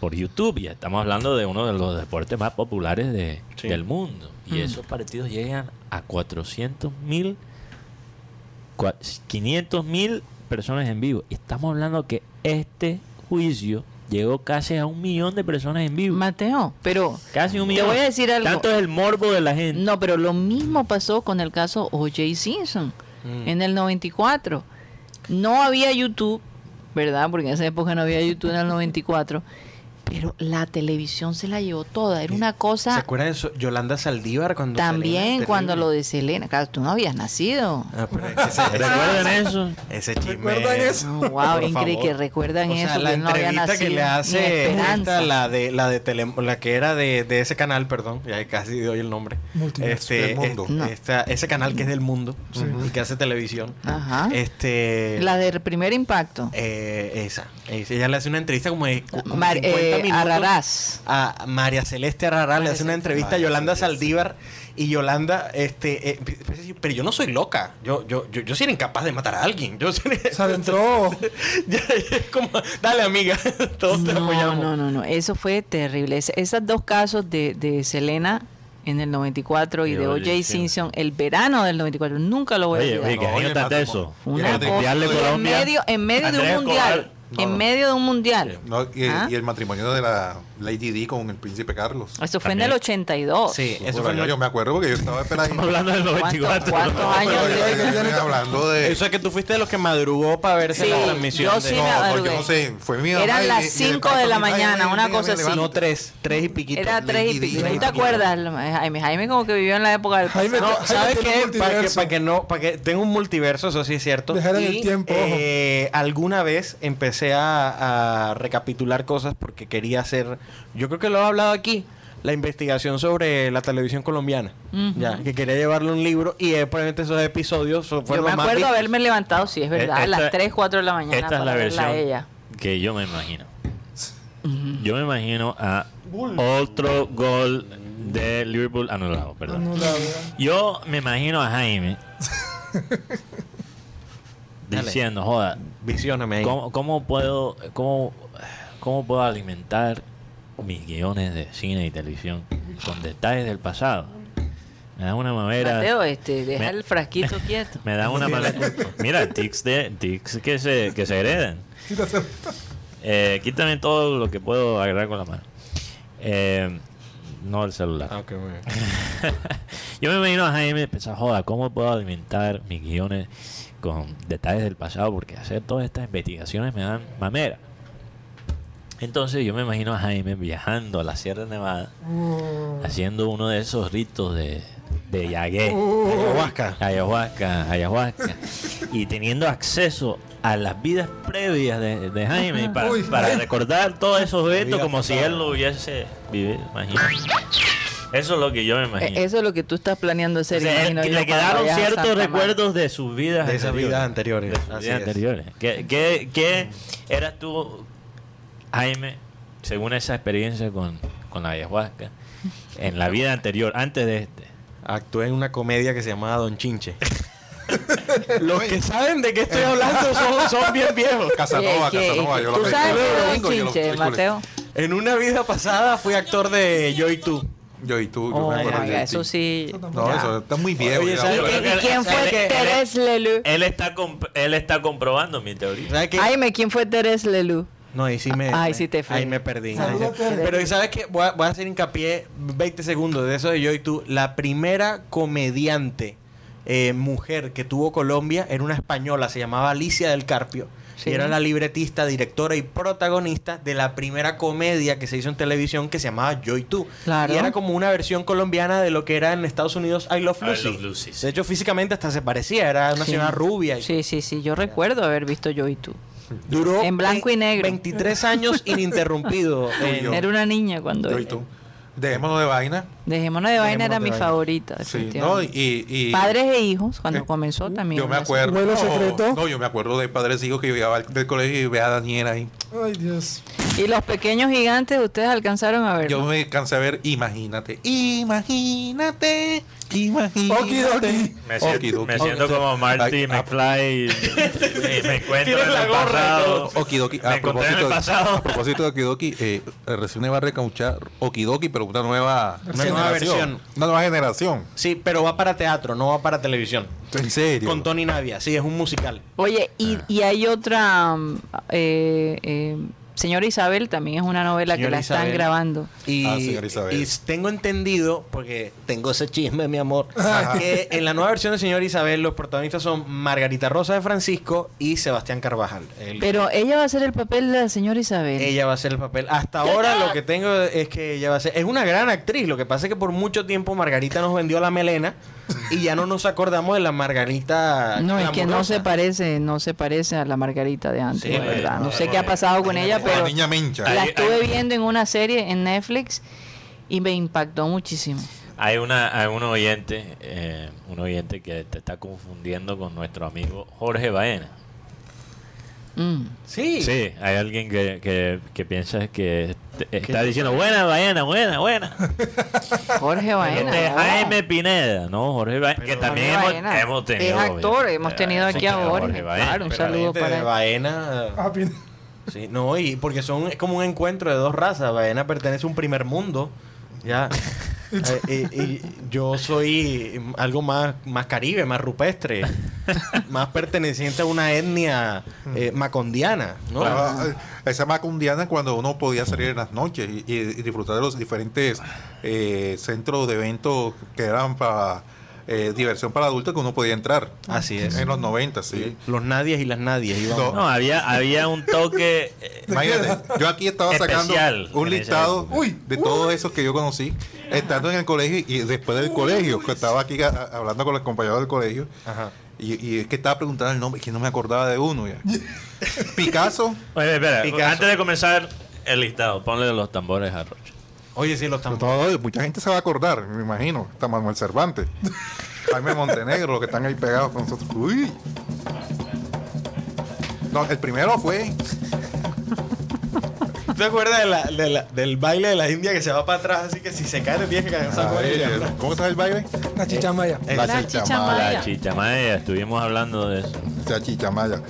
por YouTube. Ya estamos hablando de uno de los deportes más populares de- Sí. del mundo. Y Mm. esos partidos llegan a 400 mil, 500 mil personas en vivo. Y estamos hablando que este juicio llegó casi a un millón de personas en vivo. Mateo, pero... Casi un Te millón. voy a decir algo. Tanto es el morbo de la gente. No, pero lo mismo pasó con el caso O.J. Simpson Mm. en el 94. No había YouTube, ¿verdad? Porque en esa época no había YouTube en el 94. Pero la televisión se la llevó toda. Era una ¿Se cosa acuerdan de eso? Yolanda Saldívar cuando también Selena- cuando lo terrible. de Selena. Claro, tú no habías nacido. Ah, pero es que ese, ¿Recuerdan Ah, eso? ese chisme. ¿Recuerdan eso? No, wow, Por increíble que favor. recuerdan O sea, eso. la que no había entrevista nacido. que le ni hace esperanza. esta, la de la de Tele- la que era de, de ese canal, perdón, ya casi doy el nombre. Multiverso. Este, Del mundo. este- No. esta- ese canal que es del mundo y que hace televisión. Ajá. Este La de primer impacto. eh, esa, esa. Ella le hace una entrevista como de cu- como Mar- 50 eh, minutos Araraz. a María Celeste Arrarás le hace una entrevista a Yolanda Saldívar y Yolanda este eh, empieza a decir, pero yo no soy loca yo yo yo, yo sería incapaz de matar a alguien yo sería- O sea, entró. Ya, ya es como dale amiga todos te No, apoyamos no, no, no, eso fue terrible. Es- esos dos casos de, de Selena en el 94 y, Y de O.J. O.J. Simpson el verano del 94, nunca lo voy a Oye, olvidar. oye, que No, genio oye, está Máximo. eso. Una Mundial de cosa- Colombia. en medio, en medio de Andrés un mundial, Escobar. en medio de un mundial. No, y, ¿Ah? y el matrimonio de la Lady D con el príncipe Carlos. Eso fue en También. el 82. Sí, Pues, Por eso fue allá lo- yo me acuerdo porque yo estaba esperando. Estamos hablando del ¿Cuánto- 94. ¿Cuántos No, años? pero de- ya- ya vienen hablando de. Eso es que tú fuiste de los que madrugó para verse Sí, la transmisión. yo de- sí No, me porque madrugué. no sé, fue mi mamá Eran y- las y- y 5 le de la pasó, "Ay, mañana", ay, una ay, cosa ay, así. No, tres. Tres y piquito. Era tres y Lady pico. Di. ¿Tú te acuerdas, Jaime? Jaime como que vivió en la época del Jaime, pasado. No, ¿sabes Tiene un qué? Para que, multiverso. para que no, para que tenga un multiverso, eso sí es cierto. Dejar en Y, el tiempo, ojo. eh, alguna vez empecé a, a recapitular cosas porque quería hacer. Yo creo que lo he hablado aquí. La investigación sobre la televisión colombiana. Ya, que quería llevarle un libro y eh, probablemente esos episodios son- Yo fueron me los más acuerdo vistos. haberme levantado, sí, es verdad, a E- Esta- las 3, 4 de la mañana Esta es para la verla versión a ella. que yo me imagino. Yo me imagino a otro gol de Liverpool anulado, perdón. Yo me imagino a Jaime Dale. diciendo, joda, Visióname ahí. ¿cómo, cómo puedo, cómo, cómo puedo alimentar mis guiones de cine y televisión con detalles del pasado? Me da una mamera. Mateo, este, deja Me- el frasquito quieto. Me da una mala. Mira, tics, de, tics que, se, que se heredan. Eh, quítame todo lo que puedo agarrar con la mano. Eh, no el celular. Ah, ok, muy bien. Yo me imagino a Jaime pensar, joda, ¿cómo puedo alimentar mis guiones con detalles del pasado? Porque hacer todas estas investigaciones me dan mamera. Entonces yo me imagino a Jaime viajando a la Sierra Nevada, haciendo uno de esos ritos de, de yagué Mm. Ayahuasca. ayahuasca, ayahuasca, y teniendo acceso a las vidas previas de, de Jaime para, para recordar todos esos eventos como si él lo hubiese vivido. imagínate. Eso es lo que yo me Eh, imagino. Eso es lo que tú estás planeando O hacer. sea, imagino que yo, le cuando quedaron vayas a ciertos Santa Marta. recuerdos de sus vidas De esas vidas anteriores. De sus Así vidas es. anteriores. ¿Qué, qué, qué eras tú, Jaime, según esa experiencia con, con la ayahuasca, en la vida anterior, antes de este? Actué en una comedia que se llamaba Don Chinche. Los que saben de qué estoy hablando son, son bien viejos. Casanova, ¿Qué- qué- Casanova, yo la ¿Tú película sabes de qué domingo, es yo un lo- chinche, yo- Mateo? En una vida pasada fui actor de Yo y tú. Yo y tú, yo Oh, me acuerdo ya, de Oiga, ti. eso sí. No, eso está muy viejo. Oye, ya, ¿sabes pero- qué? ¿Y, y Pero- quién fue ¿sabes qué? Teres Lelou? Él está, comp- él está comprobando mi teoría. ¿Sabes qué? Jaime, ¿quién fue Teres Lelou? No, ahí sí me. Ay, sí te fui. Ahí me perdí. Saludos, Ahí sí- Pedro. Pero ¿sabes qué? Voy a, voy a hacer hincapié 20 segundos de eso de yo y tú. La primera comediante eh, mujer que tuvo Colombia era una española, se llamaba Alicia del Carpio. Sí. Y era la libretista, directora y protagonista de la primera comedia que se hizo en televisión que se llamaba Yo y tú. Claro. Y era como una versión colombiana de lo que era en Estados Unidos I Love I Lucy. Love Lucy, sí. De hecho, físicamente hasta se parecía, era una Sí. señora rubia. y- Sí, sí, sí. Yo recuerdo haber visto yo y tú. Duró En blanco y negro. 23 años ininterrumpido. en- Era una niña cuando. Yo y tú. Dejémonos de vaina. Dejémonos de vaina era Dejémonos de mi vaina. favorita. Sí, no, definitivamente. y, y- Padres e hijos, cuando Eh, comenzó también. Yo me era así. acuerdo. Vuelo secreto. No, yo me acuerdo de padres hijos que yo llegaba al- del colegio y veía a Daniela ahí. Ay, Dios. Y los pequeños gigantes, ustedes alcanzaron a ver. Yo me cansé de ver, imagínate, imagínate, imagínate. Okidoki. Me siento, Okidoki. me siento como Marty Ay, ah, McFly y, y me encuentro Tienes en la el gorra y pasado. Okidoki, Ah, Me a encontré en propósito, el de- pasado. a propósito de Okidoki, eh, recién va a recauchar Okidoki, pero una nueva, Una nueva versión. Una nueva generación. Sí, pero va para teatro, no va para televisión. En serio. Con Tony Navia, sí, es un musical. Oye, y, Ah. y hay otra. mm, eh, eh, Señora Isabel también es una novela que Señora la están Isabel. grabando. Y, Ah, señora Isabel. y tengo entendido, porque tengo ese chisme, mi amor, que en la nueva versión de Señor Isabel los protagonistas son Margarita Rosa de Francisco y Sebastián Carvajal. El- Pero ella va a hacer el papel de la señora Isabel. Ella va a hacer el papel. Hasta ahora lo que tengo es que ella va a ser... Es una gran actriz. Lo que pasa es que por mucho tiempo Margarita nos vendió la melena y ya no nos acordamos de la Margarita... No, es que no glamurosa. se parece, no se parece a la Margarita de antes, Sí, de verdad. bueno, No sé bueno. qué ha pasado con ella, Como pero la niña mencha. la Ahí- estuve ahí- viendo en una serie en Netflix y me impactó muchísimo. Hay, una, hay un oyente, eh, un oyente que te está confundiendo con nuestro amigo Jorge Baena. Mm. Sí. Sí, hay alguien que, que, que piensa que te- está diciendo, buena Baena, buena, buena. Jorge Baena. Este es no. Jaime Pineda, ¿no? Jorge Baena, que también hemos, Baena hemos tenido. es actor, hemos tenido Sí, aquí a Jorge, Baena. claro, un Pero la saludo gente para de él. Baena... Ah, bien. Sí, no, y porque son, es como un encuentro de dos razas. Baena pertenece a un primer mundo, ya. Eh, y, y yo soy algo más, más caribe, más rupestre. más perteneciente a una etnia eh, macondiana, ¿no? Claro, ah, eh, Esa macundiana cuando uno podía salir en las noches y, y- y disfrutar de los diferentes eh, centros de eventos que eran para eh, diversión para adultos que uno podía entrar. Así es. En los 90, sí. Los nadies y las nadies. íbamos. No, No, había, había un toque. eh, Imagínate, yo aquí estaba sacando Especial un en esa listado época. uy, de todos esos que yo conocí, estando en el colegio y después del colegio, que estaba aquí a- a- hablando con los compañeros del colegio, Ajá. y, y es que estaba preguntando el nombre, que no me acordaba de uno ya. Picasso, Oye, espera, Picasso. antes de comenzar el listado, ponle los tambores a Rocha. Oye, sí, los Pero tambores. todo- mucha gente se va a acordar, me imagino. Está Manuel Cervantes, Jaime Montenegro, los que están ahí pegados con nosotros. Uy. No, el primero fue. ¿Tú te acuerdas de la- de la- del baile de la India que se va para atrás? Así que si se cae, te tienes que cansar con ella. Ay, ¿Cómo se llama el baile? La chichamaya. La chichamaya. La chichamaya, estuvimos hablando de eso. La chichamaya.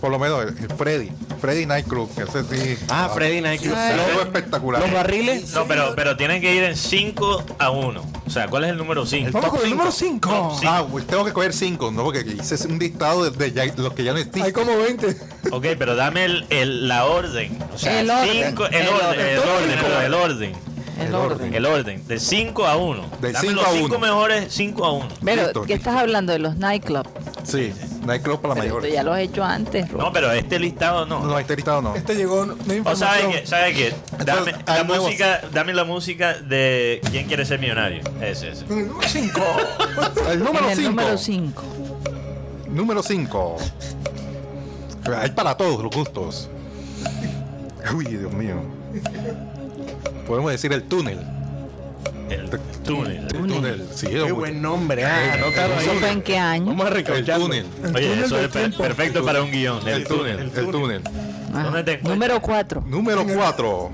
Por lo menos el, el Freddy. Freddy Nightclub, que ese sí. Ah, Freddy Nike. Lobo espectacular. Los barriles. No, pero, pero tienen que ir en 5 a 1. O sea, ¿cuál es el número 5? Vamos con el número 5. Top Ah, pues tengo que coger cinco, ¿no? Porque hice un listado de, de ya- los que ya no Hay existen. como 20. Ok, pero dame el, el- la orden. O sea, El orden. cinco- el, El orden, orden. el orden, el orden. El orden. El orden, de 5 a 1. Del Dame cinco los a 5 uno. mejores 5 a 1. Pero, Listo. ¿qué estás hablando de los nightclubs? Sí, Nightclub para la Pero mayor. esto ya los he hecho antes, Rocha. No, pero este listado no. No, este listado no. Este llegó, no hay O sabe información. que, sabe que, dame Entonces, la al nuevo- música, dame la música de ¿Quién quiere ser millonario? Ese, ese. El número 5. El En número el cinco. número 5. Número 5. Hay para todos los gustos. Uy, Dios mío. Podemos decir el túnel. El túnel. El túnel. Sí, Qué don- buen nombre. Ah, anótalo ¿Eso fue ahí. en qué año? Vamos a El recaucharlo. túnel. Oye, eso es per- perfecto para un guión. El túnel. El túnel. Ajá. ¿Dónde te encuentras? Número 4. Número 4.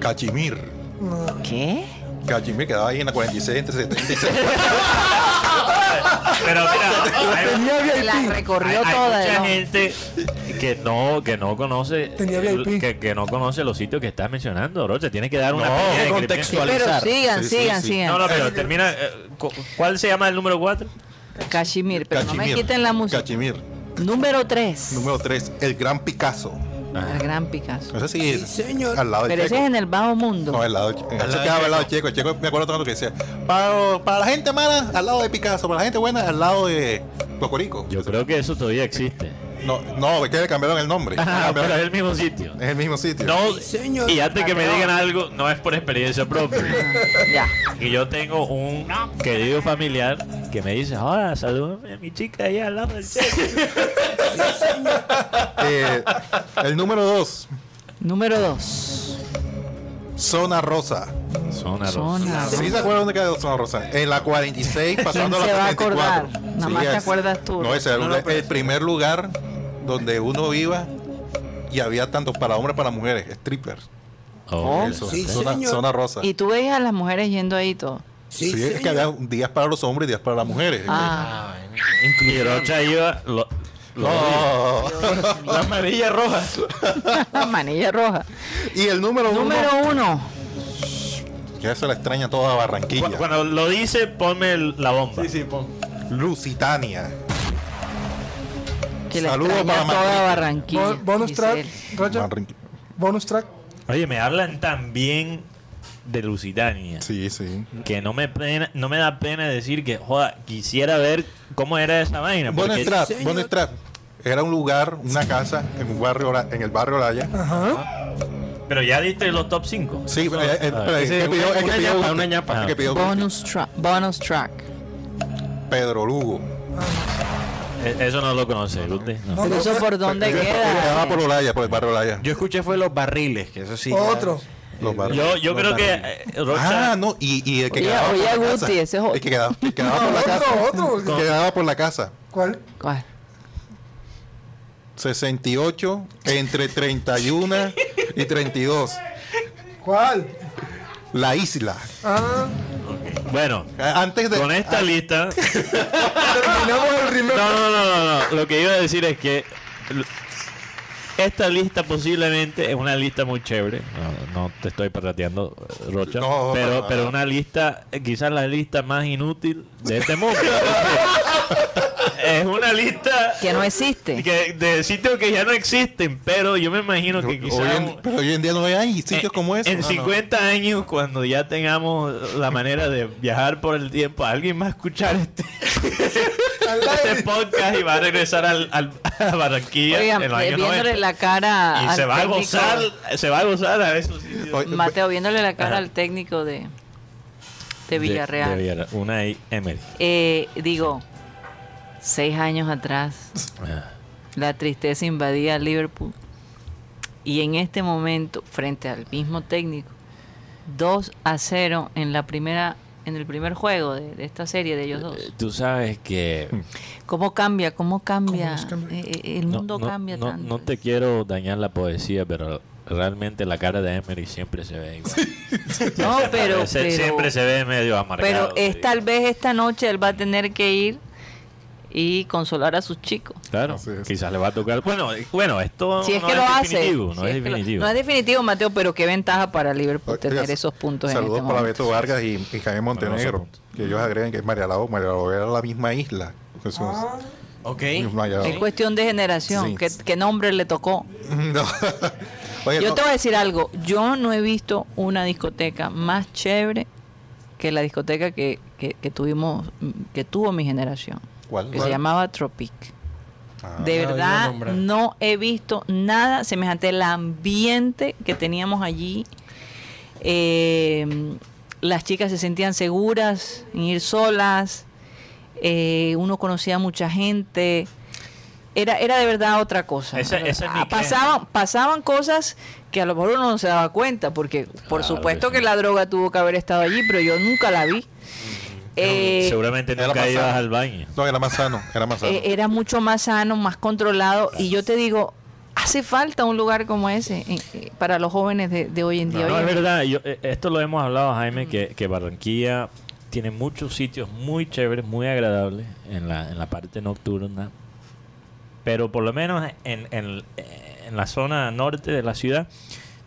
Cachimir. ¿Qué? Cachimir quedaba ahí en la 46 entre 76. Pero mira, hay, Tenía La VIP. recorrió hay- hay toda. mucha ¿no? gente que no, que no conoce Tenía VIP. que, que no conoce los sitios que estás mencionando, Rocha. Tienes que dar una No, pequeña descripción. Sí, pero sigan, Sí, sí, sigan, sí. sigan. No, no, pero termina. eh, cu- ¿Cuál se llama el número 4? Cachimir, pero no me Cachimir. quiten la música. Cachimir. Número 3. Número 3. El gran Picasso. Ah. El gran Picasso. No sé si es al lado del Pero ese Checo. es en el bajo mundo. No, al lado de Checo. Se quedaba al lado de Checo. Checo, me acuerdo tanto que decía, para, para la gente mala, al lado de Picasso, para la gente buena, al lado de Cocorico. Yo creo que eso todavía existe. No, no, es que le cambiaron el nombre. Ah, Le pero es cambiaron- el mismo sitio. es el mismo sitio. No, y antes que me digan algo, no es por experiencia propia. Ya. Y yo tengo un querido familiar que me dice, ahora salúdame a mi chica ahí al lado del cheque. Eh, el número 2, Número 2. Zona Rosa. Zona Zona. ¿Sí se acuerdan dónde queda Zona Rosa? En la 46, pasando se la va a 74. acordar? Nada más te es- acuerdas tú. No, ese era el- el primer lugar donde uno iba y había tanto para hombres para mujeres, strippers. Oh, Eso, zona, Zona Rosa. Y tú veías a las mujeres yendo ahí y todo. Sí, es que había días para los hombres y días para las mujeres. Ah, Y Rocha iba... Lo, lo- No. La amarilla roja. Ah. la manilla roja. Y el número uno. Número 1. Que eso la extraña toda Barranquilla. Cu- Cuando lo dice, ponme el- la bomba. Sí, sí, pon. Lusitania. Que le Saludos extraña para toda Madrid. Barranquilla. Bon- Bonus track, Giselle. Roger. Barranqui- Bonus track. Oye, me hablan tan bien de Lusitania Sí, sí. que no me pena- no me da pena decir que, joda, quisiera ver cómo era esa vaina. Bonnet porque- Trap, Bonnet Trap. Era un lugar, una casa en un barrio Ora- en el barrio Olaya. Pero ya diste los top 5. Sí, pero eh, eh, pero el Ese, que pidió, una- el que una pidió ñapa, Guti, una ñapa. el que pidió Guti, Bonus, tra- bonus track. Pedro Lugo. E-, Eso no lo conoce, usted. No. Pero eso por dónde Él Quedaba queda. por Olaya, por el barrio Olaya. Yo escuché fue los barriles, que eso sí. ya- Otro. Los barrios. Yo, yo Los creo que barriles. eh, Rocha, Ah, no, y, y el que Oye, quedaba oye, por la Guti, casa. ese es otro. El que quedaba, el que quedaba por la casa. Otro, El otro. que quedaba por la casa. ¿Cuál? ¿Cuál? 68 entre 31 y 32. ¿Cuál? La isla. Ah, bueno, Antes de. con esta lista. terminamos el remake. No, no, no, no, no. Lo que iba a decir es que l- Esta lista posiblemente es una lista muy chévere. No, no te estoy parrateando, eh, Rocha. No, para pero, nada. pero una lista, eh, quizás la lista más inútil de este mundo. es una lista Que no existe. que- de sitios que ya no existen, pero yo me imagino que quizás. Ah, Hoy en- pero hoy en día no hay sitios en- como esos. Eh, En Ah, no. 50 años, cuando ya tengamos la manera de viajar por el tiempo, alguien va a escuchar este, este podcast y va a regresar al, al- a Barranquilla Oigan, eh, en los años viéndole 90. la cara Y al se va a técnico- gozar, se va a gozar a esos sitios. Oye, Mateo, viéndole la cara Ajá. al técnico de, de De- Villarreal. de Villarreal. Una I- Emery. Eh, digo, seis años atrás, la tristeza invadía a Liverpool. Y en este momento, frente al mismo técnico, 2 a 0 en la primera en el primer juego de, de esta serie Eh, de ellos dos. Tú sabes que ¿Cómo cambia? ¿Cómo cambia? nos cambia? Eh, eh, el no- mundo no, cambia no- tanto. no te quiero dañar la poesía, pero realmente la cara de Emery siempre se ve igual. No, pero, Se- pero- siempre se ve medio amargado. pero es sí. tal vez esta noche él va a tener que ir y consolar a sus chicos. Claro, Así es. quizás le va a tocar. Bueno, eh, bueno, esto si es no que es lo hace. definitivo, no Si es que lo- definitivo. no es definitivo, Mateo, pero qué ventaja para Liverpool Oye, tener sa- esos puntos en Saludos este para momento. Beto Vargas y, y Jaime Saludos a Montenegro. punto. Que ellos agregan que es Marialabo. Marialabo era la misma isla. Entonces, Ok. Marialabo. Es cuestión de generación, Sí. ¿Qué, qué nombre le tocó. No. Oye, Yo no, te voy a decir algo, yo no he visto una discoteca más chévere que la discoteca que, que- que tuvimos, que tuvo mi generación, ¿Cuál? que ¿Cuál? se llamaba Tropic. Ah. De la verdad, nombra. no he visto nada semejante. El ambiente que teníamos allí, eh, las chicas se sentían seguras en ir solas, eh, uno conocía a mucha gente. Era, era de verdad otra cosa. Ese- ese es mi Ah, pasaban, pasaban cosas que a lo mejor uno no se daba cuenta, porque por Claro supuesto que sí. que la droga tuvo que haber estado allí, pero yo nunca la vi. Eh, Seguramente Era nunca pasado. ibas al baño. No, era más sano. Era más sano. eh, era mucho más sano, más controlado. Y yo te digo, hace falta un lugar como ese eh, eh, para los jóvenes de, de hoy en día. No, no, Oye, es verdad. yo- eh, esto lo hemos hablado, Jaime, que, que Barranquilla tiene muchos sitios muy chéveres, muy agradables en la, en la parte nocturna. Pero por lo menos en, en- en la zona norte de la ciudad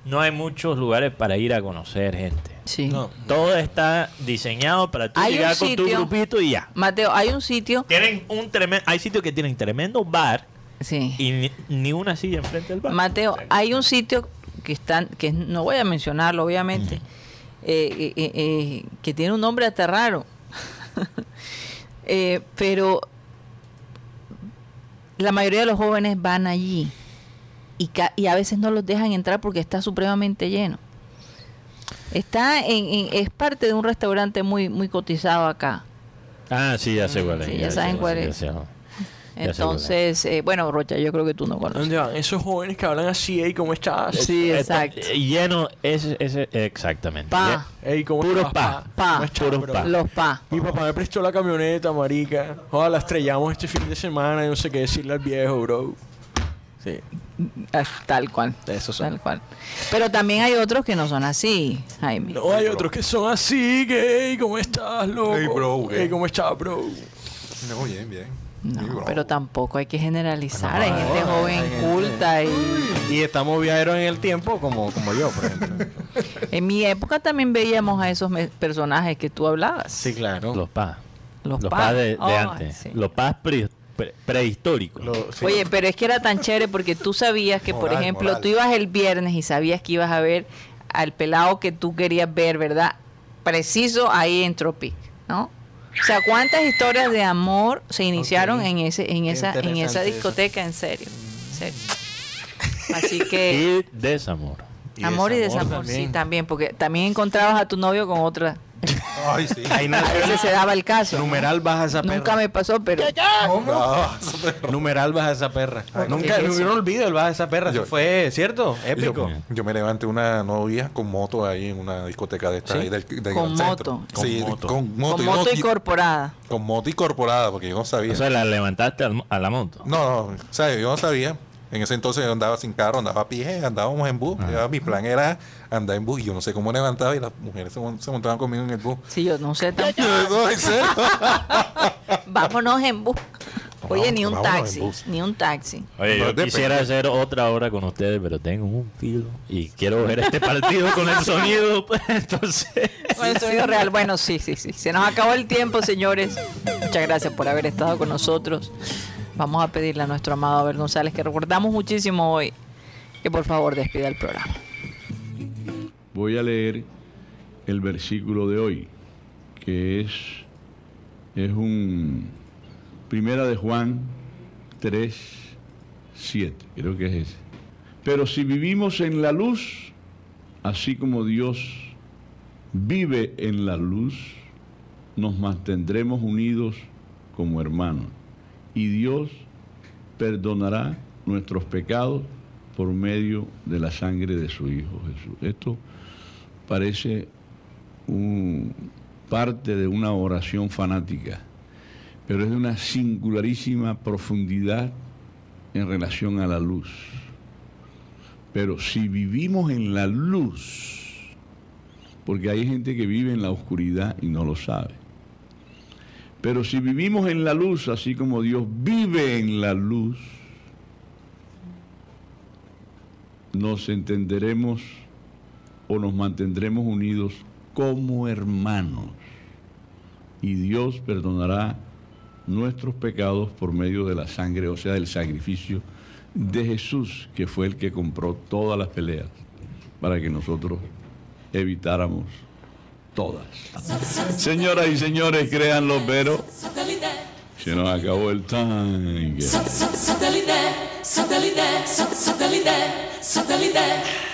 no hay muchos lugares para ir a conocer gente. sí. No. Todo está diseñado para tú Hay un llegar con tu sitio- grupito y ya. Mateo, hay un sitio. Tienen un tremendo, hay sitios que tienen tremendo bar Sí. y ni, ni una silla enfrente del bar. Mateo, hay un sitio que están, que no voy a mencionarlo, obviamente, eh, eh, eh, eh, que tiene un nombre hasta raro. Eh, pero la mayoría de los jóvenes van allí y, ca- y a veces no los dejan entrar porque está supremamente lleno. Está en, en- es parte de un restaurante muy muy cotizado acá. Ah, sí, ya sé cuál es. Sí, ya saben sé cuál ya es. sé cuál Ya sé cuál es. Entonces, eh, bueno, Rocha, yo creo que tú no conoces. ¿Dónde van? Esos jóvenes que hablan así, ey, ¿cómo estás? Sí, Está- exacto. eh, lleno, ese, ese, exactamente. Pa. Ey, ¿cómo Puro estás, pa. Pa. ¿Cómo estás, Puro bro? pa. Los pa. Mi papá me prestó la camioneta, marica. Joder, la estrellamos este fin de semana y no sé qué decirle al viejo, bro. Sí. Ah, Tal cual. Esos son. Tal cual. Pero también hay otros que no son así, Jaime. No, hay otros que son así, que, ey, ¿cómo estás, loco? Ey, bro, Ey, ¿cómo estás, bro? No, bien, bien. eh, No, Sí, bro. pero tampoco hay que generalizar. hay gente joven, hay gente- culta. Y... Y estamos viajeros en el tiempo, como, como yo, por ejemplo. En mi época también veíamos a esos me- personajes que tú hablabas. sí, claro. Los pa. Los Los pa. pa de, de Ay, antes. sí. Los pas pre- pre- prehistóricos. Lo- sí. Oye, pero es que era tan chévere porque tú sabías que, por Moral, ejemplo, moral. tú ibas el viernes y sabías que ibas a ver al pelado que tú querías ver, ¿verdad? Preciso ahí en Tropic, ¿no? O sea, ¿cuántas historias de amor se iniciaron Ok. en ese, en Qué esa, en esa interesante discoteca? En serio, en serio. Así que Y desamor. amor y desamor, sí, también, porque también encontrabas a tu novio con otra. Ay, sí. Ahí A nació veces se daba el caso. Numeral baja esa perra. Nunca me pasó, pero Ah, Numeral baja esa perra. Nunca, ¿qué es no, eso? yo no olvido el baja esa perra. Eso Yo- fue, ¿cierto? yo, Épico. yo me levanté una novia con moto ahí en una discoteca de esta ¿Sí? ahí del, del Con gran centro. moto. Sí, Con moto. con moto. con yo no- moto y- incorporada. con moto incorporada, porque yo no sabía. O sea, la levantaste al- a la moto. No, no, o sea, yo no sabía. En ese entonces yo andaba sin carro, andaba a pie, andábamos en bus. Yo- mi plan era andar en bus y yo no sé cómo levantaba y las mujeres se, mon- se montaban conmigo en el bus. Sí, yo no sé tampoco. Yo, no, en serio. Vámonos en bus. Oye, ni un vámonos en taxi, bus. ni un taxi. Oye, yo Pero quisiera depende. hacer otra hora con ustedes, pero tengo un filo y quiero ver este partido con el sonido. pues, Entonces, Bueno, el sonido real. Bueno, sí, sí, sí. Se nos acabó el tiempo, señores. Muchas gracias por haber estado con nosotros. Vamos a pedirle a nuestro amado Abel González, que recordamos muchísimo hoy, que por favor despida el programa. Voy a leer el versículo de hoy, que es, es un primera de Juan 3, 7, creo que es ese. Pero si vivimos en la luz, así como Dios vive en la luz, nos mantendremos unidos como hermanos. Y Dios perdonará nuestros pecados por medio de la sangre de su Hijo Jesús. Esto parece un- parte de una oración fanática, pero es de una singularísima profundidad en relación a la luz. Pero si vivimos en la luz, porque hay gente que vive en la oscuridad y no lo sabe, pero si vivimos en la luz, así como Dios vive en la luz, nos entenderemos o nos mantendremos unidos como hermanos. Y Dios perdonará nuestros pecados por medio de la sangre, o sea, del sacrificio de Jesús, que fue el que compró todas las peleas para que nosotros evitáramos todas. Señoras y señores, créanlo, pero se nos acabó el time. Satellite, satellite, satellite, satellite, satellite.